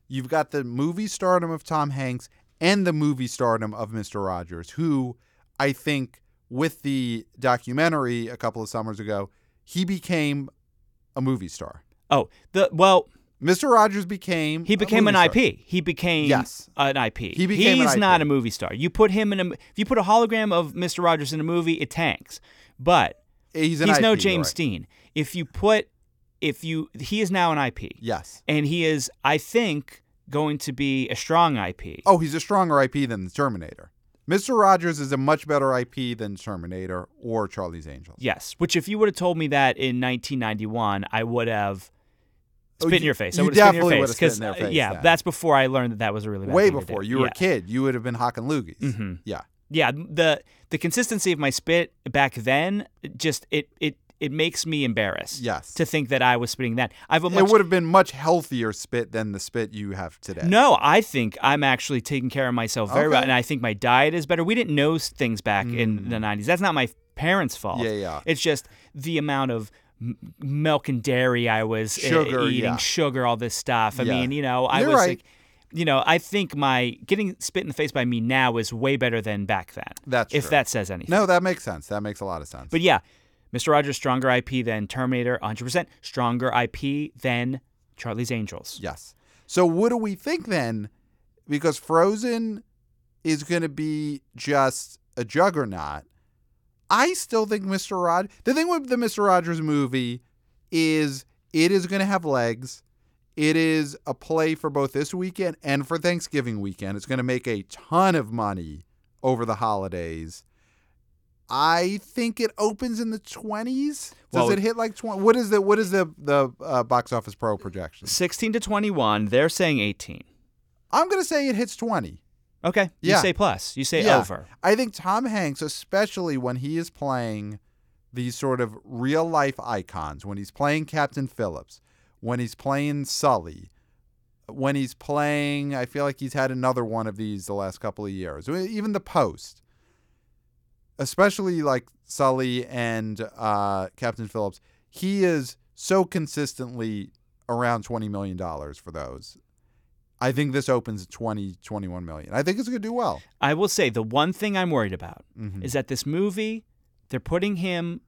You've got the movie stardom of Tom Hanks and the movie stardom of Mr. Rogers, who I think with the documentary a couple of summers ago, he became a movie star.
Oh, the well,
Mr. Rogers became
he
a
became an
movie star.
IP. He became
Yes.
an IP.
He became an
He's
IP.
not a movie star. You put him in a if you put a hologram of Mr. Rogers in a movie, it tanks. But
He's, an
he's
IP,
no
you're
James
right.
Dean. If you put if you he is now an IP.
Yes.
And he is I think going to be a strong IP.
Oh, he's a stronger IP than the Terminator. Mr. Rogers is a much better IP than Terminator or Charlie's Angels.
Yes, which if you would have told me that in 1991, I would have
Oh,
spit in
you-
your face. I
you
would have spit in your
definitely
face
would've spit
'cause,
in their
uh,
face
yeah,
then.
that's before I learned that that was a really bad
Way
thing to do.
before you were
Yeah.
a kid, you would have been hocking loogies.
Mhm.
Yeah.
yeah the the consistency of my spit back then it just it it it makes me embarrassed
Yes.
to think that i was spitting that i have a
it
much
would have been much healthier spit than the spit you have today.
no i think i'm actually taking care of myself very well
Okay. Mm.
and i think my diet is better we didn't know s- things back in the 90s that's not my parents fault
Yeah, yeah.
it's just the amount of m- milk and dairy i was uh,
Sugar,
eating
yeah.
sugar all this stuff i
Yeah.
mean you know i
You're
was
right.
like you know i think my getting spit in the face by me now is way better than back then
That's
if
true.
that says anything
No, that makes sense. That makes a lot of sense.
But yeah, Mr. Rogers stronger IP than Terminator, 100%. Stronger IP than Charlie's Angels.
yes. So what do we think then? Because Frozen is going to be just a juggernaut. I still think Mr. Rod. The thing with the Mr. Rogers movie is it is going to have legs. It is a play for both this weekend and for Thanksgiving weekend. It's going to make a ton of money over the holidays. I think it opens in the twenties. Does
Well,
it hit like twenty? What is the what is the the uh, box office pro projection?
16 to 21, they're saying 18.
I'm going to say it hits twenty.
Okay.
Yeah.
You say plus, you say
Yeah.
over.
I think Tom Hanks, especially when he is playing these sort of real life icons, when he's playing Captain Phillips, when he's playing Sully, when he's playing, I feel like he's had another one of these the last couple of years, even The Post, especially like Sully and uh, Captain Phillips, he is so consistently around $20 million for those. I think this opens at 20, 21 million. I think it's going to do well.
I will say the one thing I'm worried about
Mhm.
is that this movie, they're putting him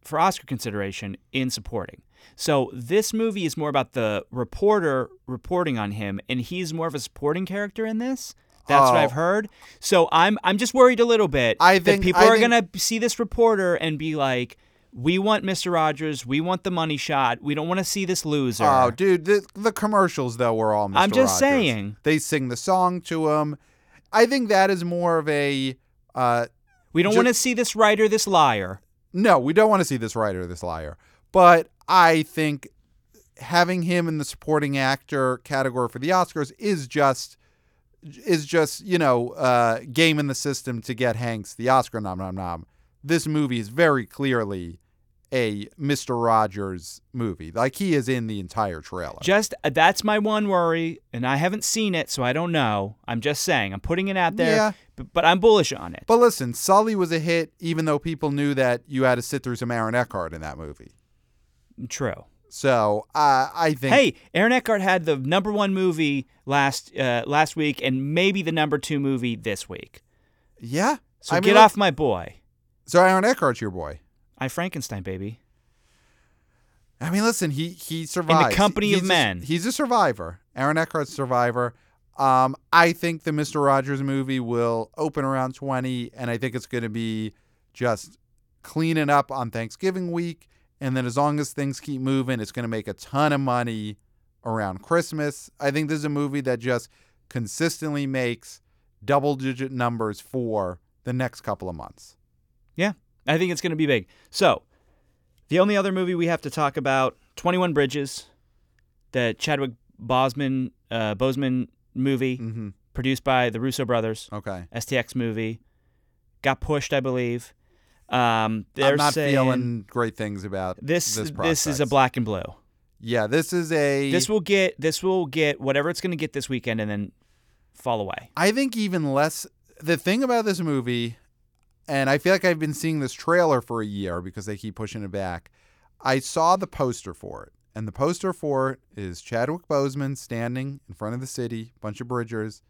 for Oscar consideration in supporting. So this movie is more about the reporter reporting on him, and he's more of a supporting character in this. That's what
Oh.
I've heard. So I'm I'm just worried a little bit
I
that
think-
people
I
are
think-
gonna see this reporter and be like, "We want Mr. Rogers. We want the money shot. We don't want to see this loser."
Oh, dude, the, the commercials though were all. Mr.
I'm just
Rogers.
saying.
They sing the song to him. I think that is more of a. Uh,
we don't
ju-
want to see this writer, this liar.
no, we don't want to see this writer, this liar. But I think having him in the supporting actor category for the Oscars is just is just you know uh, game in the system to get Hanks the Oscar nom nom nom. This movie is very clearly a Mister Rogers movie. Like he is in the entire trailer.
Just uh, that's my one worry, and I haven't seen it, so I don't know. I'm just saying, I'm putting it out there,
Yeah.
but, but I'm bullish on it.
but listen, Sully was a hit, even though people knew that you had to sit through some Aaron Eckhart in that movie.
True.
So uh, I think
Hey, Aaron Eckhart had the number one movie last uh, last week, and maybe the number two movie this week.
yeah.
So
I mean,
get
look-
off my boy.
So Aaron Eckhart's your boy.
I Frankenstein, baby.
I mean, listen, he he survived.
company of
he's a-
men.
he's a survivor. Aaron Eckhart's a survivor. Um, I think the Mister Rogers movie will open around twenty, and I think it's going to be just cleaning up on Thanksgiving week, and then as long as things keep moving, it's going to make a ton of money around Christmas. I think this is a movie that just consistently makes double-digit numbers for the next couple of months.
Yeah, I think it's going to be big. So, the only other movie we have to talk about, 21 Bridges, the Chadwick Boseman uh, Boseman movie
hmm
produced by the Russo brothers,
Okay,
STX movie, got pushed, I believe. Um, they're
I'm not
saying
feeling great things about
this. This, is a
prospect.
black and blue.
Yeah, this is a.
This will get. This will get whatever it's going to get this weekend, and then fall away.
I think even less. The thing about this movie, and I feel like I've been seeing this trailer for a year because they keep pushing it back. I saw the poster for it, and the poster for it is Chadwick Boseman standing in front of the city, bunch of bridges,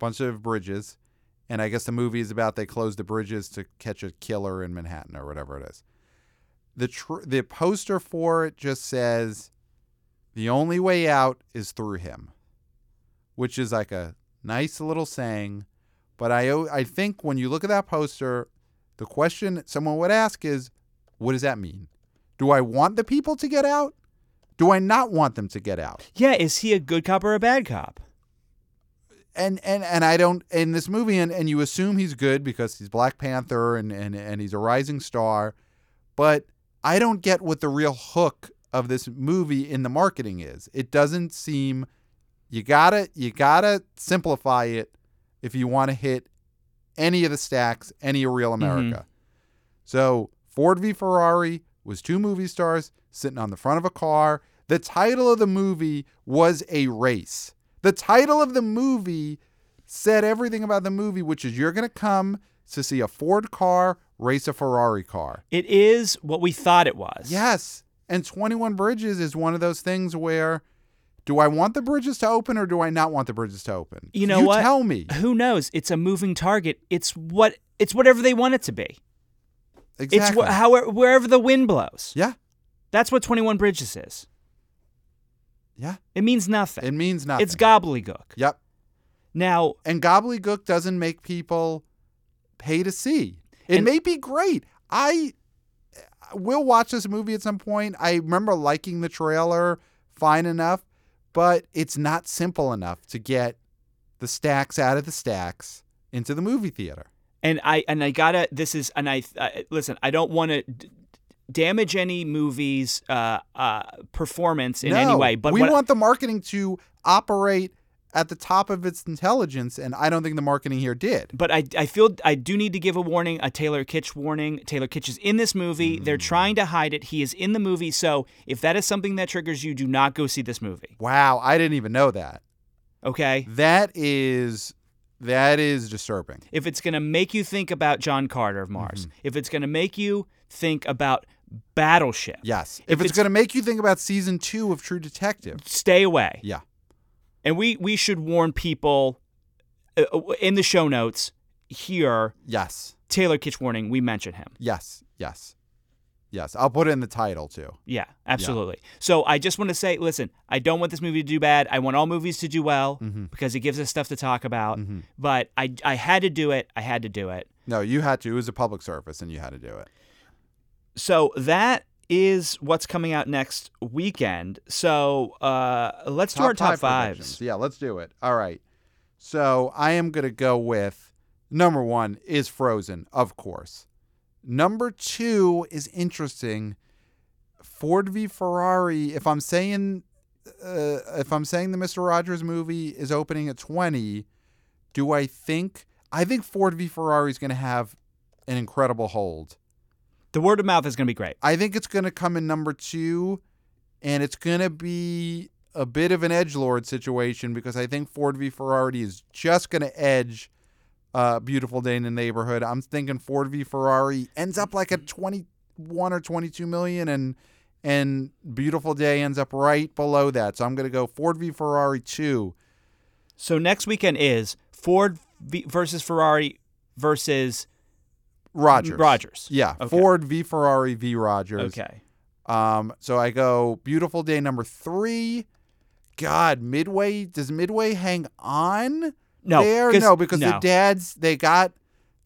bunch of bridges, and I guess the movie is about they close the bridges to catch a killer in Manhattan or whatever it is. The tr- the poster for it just says, "The only way out is through him," which is like a nice little saying, but I o- I think when you look at that poster, the question someone would ask is, what does that mean? Do I want the people to get out? Do I not want them to get out?
Yeah, is he a good cop or a bad cop?
and and and I don't in this movie and, and you assume he's good because he's Black Panther and, and and he's a rising star, but I don't get what the real hook of this movie in the marketing is. It doesn't seem you gotta you gotta simplify it if you want to hit any of the stacks, any of real America. So Ford v Ferrari was two movie stars sitting on the front of a car. The title of the movie was a race. The title of the movie said everything about the movie, which is you're going to come to see a Ford car race a Ferrari car.
It is what we thought it was.
Yes. And 21 Bridges is one of those things where do I want the bridges to open or do I not want the bridges to open?
You know what?
Tell me.
Who knows? It's a moving target. It's what it's whatever they want it to be. It's
Exactly.
wh- however wherever the wind blows.
yeah.
That's what 21 Bridges is.
Yeah.
It means nothing.
It means nothing.
It's gobbledygook.
Yep.
Now,
And gobbledygook doesn't make people pay to see. It
And-
may be great. I will watch this movie at some point. I remember liking the trailer fine enough, but it's not simple enough to get the stacks out of the stacks into the movie theater.
and I and I gotta. This is and I uh, listen. I don't want to d- damage any movie's uh, uh, performance in
no,
any way. But
we
what,
want the marketing to operate at the top of its intelligence, and I don't think the marketing here did.
But I, I feel I do need to give a warning, a Taylor Kitsch warning. Taylor Kitsch is in this movie.
Mm.
They're trying to hide it. He is in the movie. So if that is something that triggers you, do not go see this movie.
Wow, I didn't even know that.
Okay?
That is that is disturbing.
If it's going to make you think about John Carter of Mars,
Mm-hmm.
if it's going to make you think about Battleship,
Yes.
If
If, it's,
it's-
going to make you think about season two of True Detective.
stay away.
Yeah.
And we, we should warn people uh, uh, in the show notes here
Yes.
Taylor Kitsch warning, we mention him.
Yes. Yes. Yes. I'll put it in the title too.
Yeah, absolutely. So I just want to say, listen, I don't want this movie to do bad. I want all movies to do well
Mm-hmm.
because it gives us stuff to talk about. But I, I had to do it. I had to do it.
No, you had to. It was a public service and you had to do it.
So that is what's coming out next weekend. So uh, let's do our top
five predictions.
fives.
Yeah, let's do it. All right. So I am going to go with number one is Frozen, of course. Number two is interesting. Ford v Ferrari. If I'm saying, uh, if I'm saying the Mister Rogers movie is opening at twenty, Do I think I think Ford v Ferrari is going to have an incredible hold.
The word of mouth is going to be great.
I think it's going to come in number 2 and it's going to be a bit of an edge lord situation because I think Ford v Ferrari is just going to edge uh, beautiful day in the neighborhood. I'm thinking Ford v Ferrari ends up like a 21 or 22 million, and and beautiful day ends up right below that. So I'm going to go Ford v Ferrari two.
So next weekend is Ford v- versus Ferrari versus
Rogers.
Rogers.
Yeah.
Okay.
Ford v Ferrari v Rogers.
Okay.
Um. So I go beautiful day number three. God, Midway does Midway hang on?
No,
there? No, because the
no.
dads they got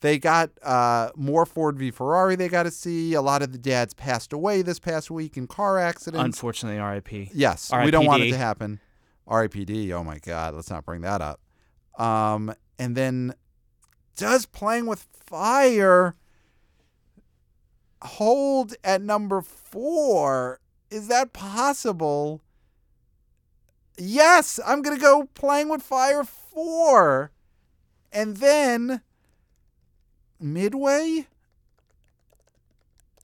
they got uh, more Ford v Ferrari. They got to see a lot of the dads passed away this past week in car accidents.
unfortunately, R.I.P.
yes, we don't want it
RIPD.
to happen. R.I.P.D. Oh my God, let's not bring that up. Um, and then does playing with fire hold at number four? Is that possible? Yes, I'm gonna go playing with fire four, and then midway.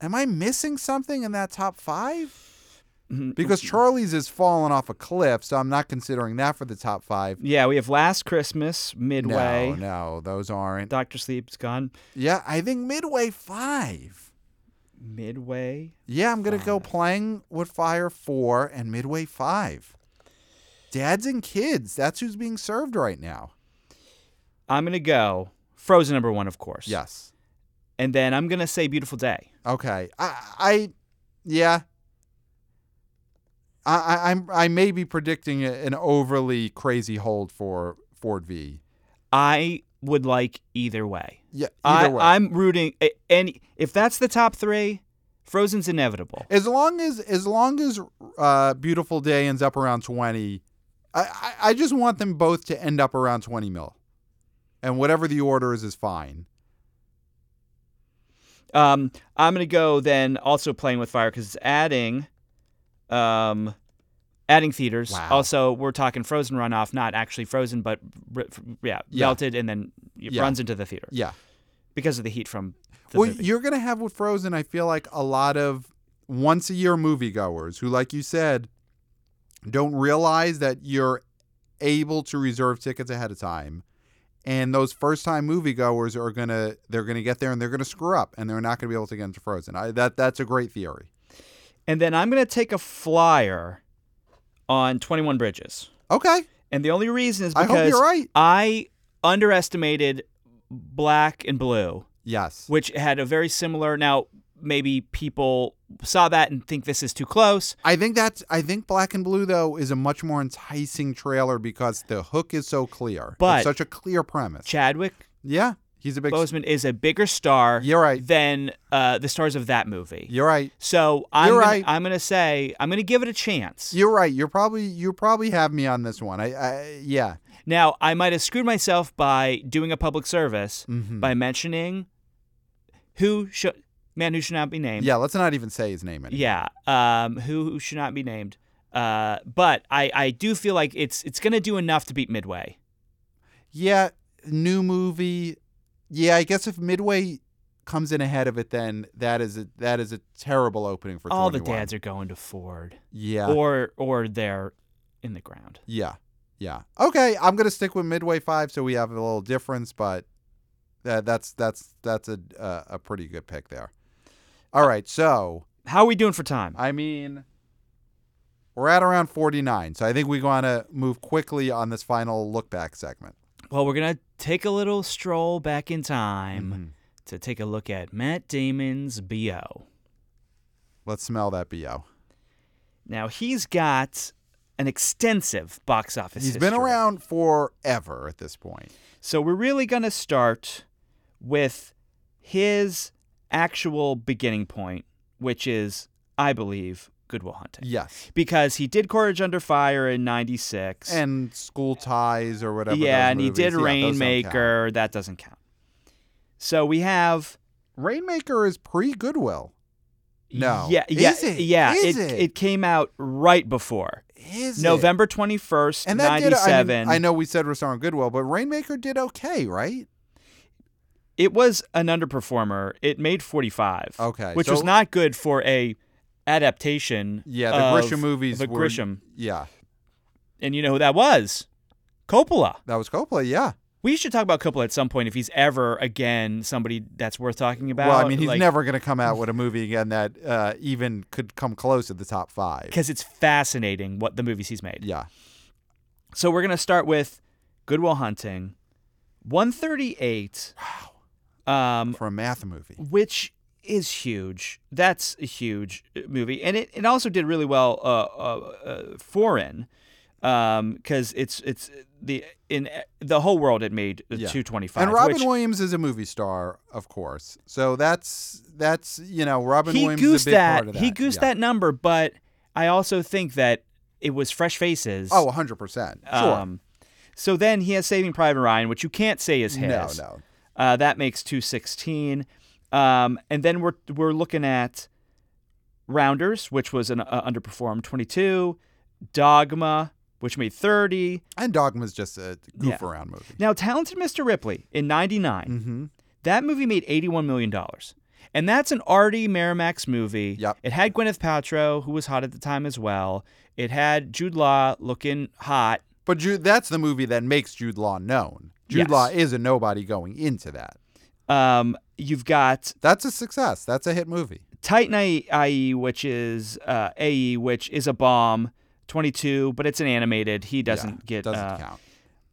Am I missing something in that top five?
Mhm.
Because Charlie's is falling off a cliff, so I'm not considering that for the top five.
Yeah, we have Last Christmas, Midway,
No, no, those aren't.
Doctor Sleep's gone,
Yeah, I think midway five.
Midway.
Yeah, I'm gonna go playing with fire four and midway five. Dads and kids. That's who's being served right now.
I'm gonna go Frozen number one, of course.
Yes.
and then I'm gonna say Beautiful Day.
Okay. I, I yeah. I, I, I'm, I may be predicting a- an overly crazy hold for Ford V.
I would like either way.
Yeah,
I,
either way.
I'm rooting, a- any if that's the top three, Frozen's inevitable.
as long as as long as uh, Beautiful Day ends up around twenty, I, I, I just want them both to end up around twenty mil, and whatever the order is is fine.
Um, I'm gonna go then also playing with fire because it's adding, um, adding theaters.
Wow.
Also, we're talking Frozen runoff, not actually Frozen, but r- f- yeah,
Yeah.
melted and then it
Yeah.
runs into the theater
Yeah.
because of the heat from. The
well,
movie.
you're gonna have with Frozen. I feel like a lot of once a year moviegoers who, like you said, don't realize that you're able to reserve tickets ahead of time, and those first time moviegoers are gonna they're gonna get there and they're gonna screw up and they're not gonna be able to get into Frozen. I, that that's a great theory.
and then I'm gonna take a flyer on Twenty One Bridges,
Okay,
and the only reason is
I
because
hope you're right.
I underestimated Black and Blue.
Yes.
which had a very similar. Now, maybe people saw that and think this is too close.
I think that's I think Black and Blue though is a much more enticing trailer because the hook is so clear.
But-
it's such a clear premise.
Chadwick
yeah. He's a big
Boseman is a bigger star
You're right.
than uh, the stars of that movie.
You're right.
So I'm
You're
gonna,
right.
I'm gonna say I'm gonna give it a chance.
You're right. You're probably you probably have me on this one. I, I yeah.
now I might have screwed myself by doing a public service
Mhm.
by mentioning who should man who should not be named.
Yeah, let's not even say his name anymore.
Yeah, um, who, who should not be named. Uh, but I, I do feel like it's it's gonna do enough to beat Midway.
Yeah, new movie. Yeah, I guess if Midway comes in ahead of it then that is a that is a terrible opening for
All the
21.
dads are going to Ford.
Yeah.
or or they're in the ground.
Yeah. Yeah. Okay, I'm going to stick with Midway 5 so we have a little difference, but that that's that's that's a uh, a pretty good pick there. All right, so
How are we doing for time?
I mean we're at around 49, so I think we want to move quickly on this final look back segment.
Well, we're gonna take a little stroll back in time
Mm-hmm.
to take a look at Matt Damon's BO.
Let's smell that BO.
Now he's got an extensive box office.
He's been
history.
around forever at this point.
so we're really gonna start with his actual beginning point, which is, I believe, Goodwill Hunting,
Yes.
because he did Courage Under Fire in '96,
And school ties or whatever.
yeah,
those
and
movies.
he
Yeah,
did
those don't count.
Rainmaker. That doesn't count. So we have
Rainmaker is pre Goodwill. No.
yeah, yeah,
Is it?
yeah.
Is
it,
it?
came out right before.
is it?
November 21st,
And that did. I,
97.
mean, I know we said Rashawn Goodwill, but Rainmaker did okay, right?
It was an underperformer. It made 45.
Okay,
Which
so-
was not good for a adaptation.
Yeah, the
of,
Grisham movies.
The
were-
Grisham.
Yeah,
And you know who that was? Coppola.
that was Coppola. Yeah.
We should talk about Coppola at some point if he's ever again somebody that's worth talking about.
well, I mean, he's never going to come out with a movie again that uh, even could come close to the top five.
because it's fascinating what the movies he's made.
Yeah.
So we're gonna start with Goodwill Hunting, 138. Wow. Um,
For a math movie.
which is huge. That's a huge uh, movie, and it, it also did really well uh, uh, uh, foreign because it's it's the in uh, the whole world it made
Yeah.
two twenty five.
And Robin Williams is a movie star, of course. So that's that's you know Robin
he
Williams
goosed
is a big
that.
part of that.
He goosed
yeah.
that number, but I also think that it was fresh faces.
Oh, 100 percent. Sure.
Um, so then he has Saving Private Ryan, which you can't say is his.
no, no.
Uh, that makes 216. Um, and then we're we're looking at Rounders, which was an uh, underperformed 22, Dogma, which made 30.
And Dogma's just a goof
Yeah.
around movie.
Now, Talented Mr. Ripley in 99,
Mm-hmm.
that movie made 81 million dollars. And that's an Artie Merrimack's movie.
Yep.
It had Gwyneth Paltrow, who was hot at the time as well. It had Jude Law looking hot.
But Jude, that's the movie that makes Jude Law known. Jude
Yes.
Law is a nobody going into that.
Um, you've got
That's a success. That's a hit movie.
Titan IE, IE, E, which is uh, AE, which is a bomb, 22, but it's an animated. He doesn't
Yeah,
get
doesn't
uh,
count.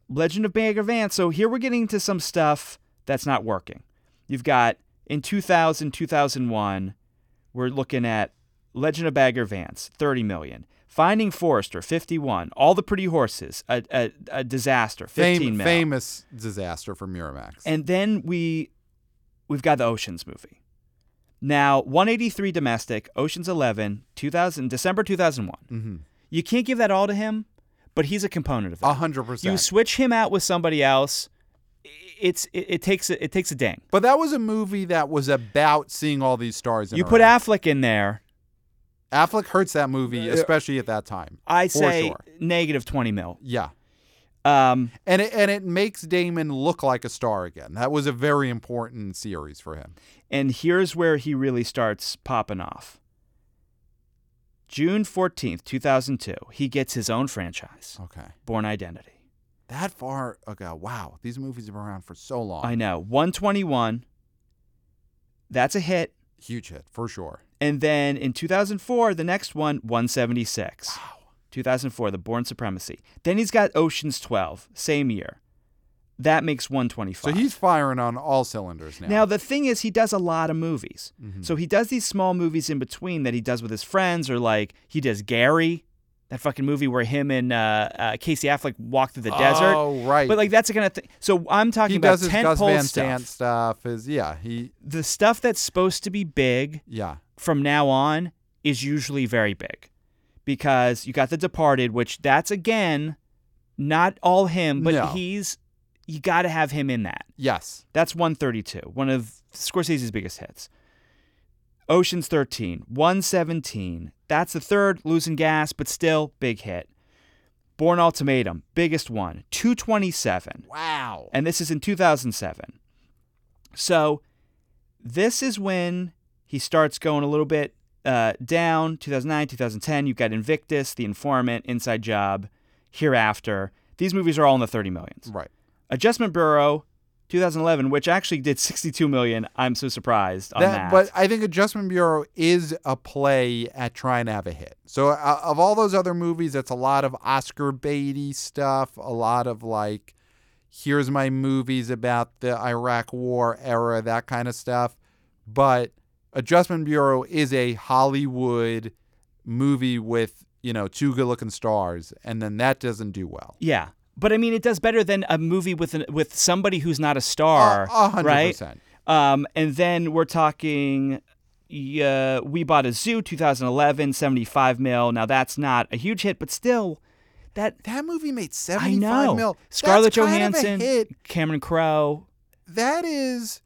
Legend of Bagger Vance. So here we're getting to some stuff that's not working. You've got in 2000, 2001, we're looking at Legend of Bagger Vance, 30 million. Finding Forrester, 51. All the Pretty Horses, a, a, a disaster, 15
Fame,
mil.
famous disaster for Miramax.
And then we we've got the Oceans movie. Now, 183 domestic, Oceans 11, 2000 December 2001.
mm-hmm.
You can't give that all to him, but he's a component of that.
A hundred
you
percent.
switch him out with somebody else, i- it's it, it takes a, it takes a dang.
But that was a movie that was about seeing all these stars. In
You
a
put
row.
Affleck in there,
Affleck hurts that movie,
Uh,
especially at that time.
I
For
say
sure.
negative 20 mil.
Yeah,
Um,
and it and it makes Damon look like a star again. That was a very important series for him.
And here's where he really starts popping off. June 14th, 2002, he gets his own franchise,
Okay,
Born Identity.
that far ago. Wow, these movies have been around for so long.
I know. 121. That's a hit.
Huge hit for sure.
And then in 2004, the next one, 176.
Wow.
2004, The Born Supremacy. Then he's got Ocean's 12, same year. That makes 125.
So he's firing on all cylinders now. Mm-hmm.
Now the thing is, he does a lot of movies. So he does these small movies in between that he does with his friends, or like he does Gary, that fucking movie where him and uh, uh, Casey Affleck walk through the desert.
Oh right.
But like that's the kind of thing. So I'm talking
he
about
does his
tent
Gus
pole
Van
stuff,
Sant stuff. Is yeah he
the stuff that's supposed to be big
yeah
from now on is usually very big, because you got The Departed, which that's again not all him, but
No.
he's you got to have him in that.
yes
That's 132, one of Scorsese's biggest hits. Ocean's 13, 117. That's the third, losing gas, but still big hit. Born Ultimatum, biggest one, 227.
wow
And this is in 2007. So this is when he starts going a little bit uh, down. 2009, 2010, you've got Invictus, The Informant, Inside Job, Hereafter. These movies are all in the 30 millions.
right
Adjustment Bureau 2011, which actually did 62 million. I'm so surprised on that.
But I think Adjustment Bureau is a play at trying to have a hit. So uh, of all those other movies, it's a lot of Oscar baity stuff, a lot of like, here's my movies about the Iraq War era, that kind of stuff. But Adjustment Bureau is a Hollywood movie with you know two good-looking stars, and then that doesn't do well.
yeah, but I mean, it does better than a movie with an, with somebody who's not a
A
star,
a hundred
right?
percent.
Um, and then we're talking. Yeah, we bought a zoo 2011, 75 mil. Now that's not a huge hit, but still, that
That movie
I
made seventy-five
know.
mil. That's
Scarlett
kind of a
Johansson,
hit.
Cameron Crowe.
that is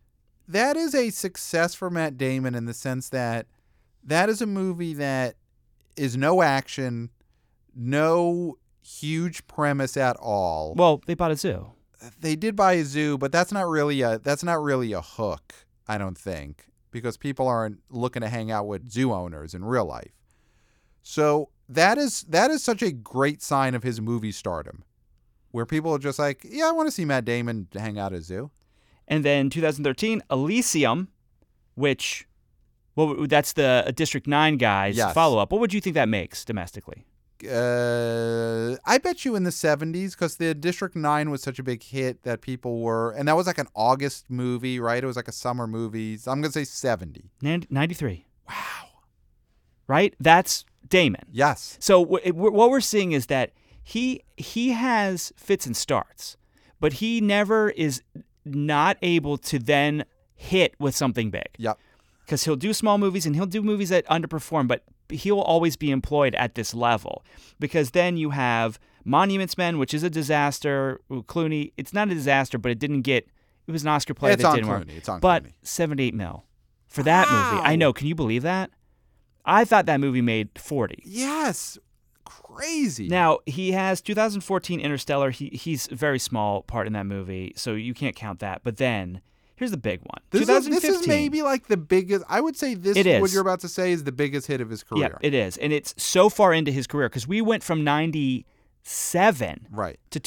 that is a success for Matt Damon in the sense that that is a movie that is no action, no huge premise at all.
Well, they bought a zoo.
they did buy a zoo, but that's not really a that's not really a hook, I don't think, because people aren't looking to hang out with zoo owners in real life. So that is that is such a great sign of his movie stardom, where people are just like, yeah, I want to see Matt Damon hang out at a zoo.
And then 2013, Elysium, which, well, that's the uh, District 9 guy's
Yes.
follow up. What would you think that makes domestically?
Uh, I bet you in the '70s, because the District Nine was such a big hit that people were, and that was like an August movie, right? It was like a summer movie. So I'm gonna say '70.
Nin- 93,
Wow.
right? That's Damon.
Yes.
So wh- it- wh- what we're seeing is that he he has fits and starts, but he never is not able to then hit with something big
Yep.
because he'll do small movies and he'll do movies that underperform, but he'll always be employed at this level because then you have Monuments Men, which is a disaster. Ooh, Clooney, it's not a disaster, but it didn't get. It was an Oscar play
It's
that
on
didn't work.
Clooney. It's on
but
Clooney.
78 mil for that movie. I
Wow.
know. Can you believe that? I thought that movie made 40.
Yes. Crazy.
Now he has 2014 Interstellar. He he's a very small part in that movie, so you can't count that. But then here's the big one.
this is,
2015.
this is maybe like the biggest. I would say this.
It is.
What you're about to say is the biggest hit of his
yeah,
career.
it is, and it's so far into his career because we went from 97
right.
to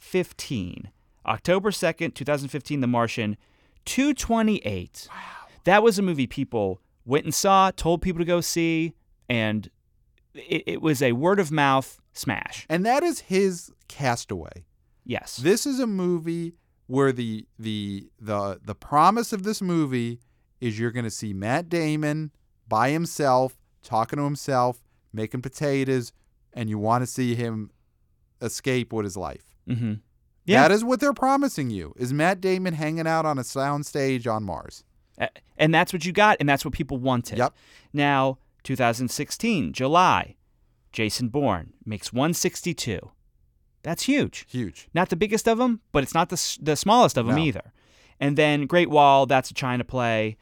2015, October 2nd, 2015, The Martian, 228. Wow. That was a movie people went and saw, told people to go see, and it, it was a word of mouth smash.
And that is his Castaway.
Yes.
This is a movie where the the the the promise of this movie is you're going to see Matt Damon by himself talking to himself, making potatoes, and you want to see him escape with his life.
mm-hmm. Yeah.
That is what they're promising you. Is Matt Damon hanging out on a soundstage on Mars?
A- And that's what you got, and that's what people wanted.
Yep.
Now, 2016, July, Jason Bourne makes 162. That's huge.
Huge.
Not the biggest of them, but it's not the, s- the smallest of them
No.
either. And then Great Wall, that's a China play.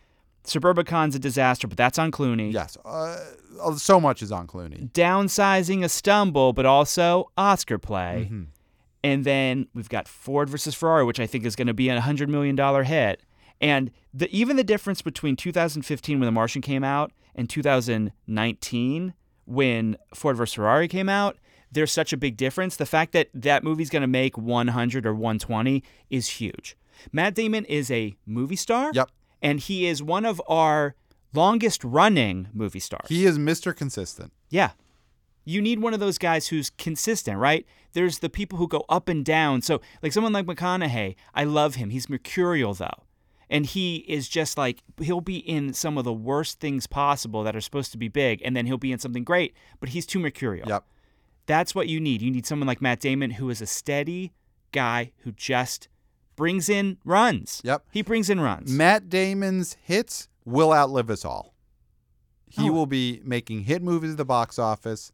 Suburbicon's a disaster, but that's on Clooney.
Yes. Uh, oh, so much is on Clooney.
Downsizing a stumble, but also Oscar play.
Mhm.
And then we've got Ford versus Ferrari, which I think is going to be a $100 million hit. And the, even the difference between 2015 when The Martian came out and 2019 when Ford versus Ferrari came out, there's such a big difference. The fact that that movie's going to make 100 or 120 is huge. Matt Damon is a movie star.
Yep.
And he is one of our longest running movie stars.
He is Mr. Consistent.
Yeah. You need one of those guys who's consistent, right? There's the people who go up and down. So, like someone like McConaughey, I love him. He's mercurial, though. And he is just like, he'll be in some of the worst things possible that are supposed to be big, and then he'll be in something great, but he's too mercurial.
Yep.
That's what you need. You need someone like Matt Damon who is a steady guy who just brings in runs.
Yep.
He brings in runs.
Matt Damon's hits will outlive us all. He
Oh.
will be making hit movies at the box office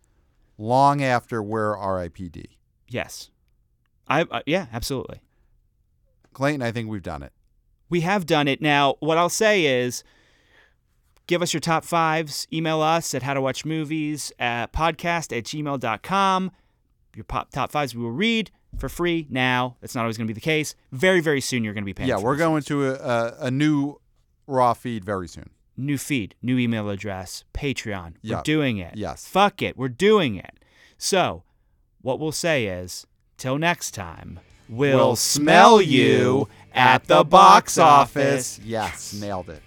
long after we're RIPD.
yes. I, uh, yeah, absolutely.
Clayton, I think we've done it.
We have done it. Now, what I'll say is give us your top fives. Email us at howtowatchmovies at podcast at gmail.com. Your pop top fives we will read for free now. That's not always going to be the case. Very, very soon you're going to be paying
yeah,
for
we're
this.
going to a, a, a new raw feed very soon.
New feed, new email address, Patreon. We're
Yeah.
doing it.
Yes.
Fuck it. We're doing it. So, what we'll say is till next time, we'll,
We'll smell you at the box office. Yes, nailed it.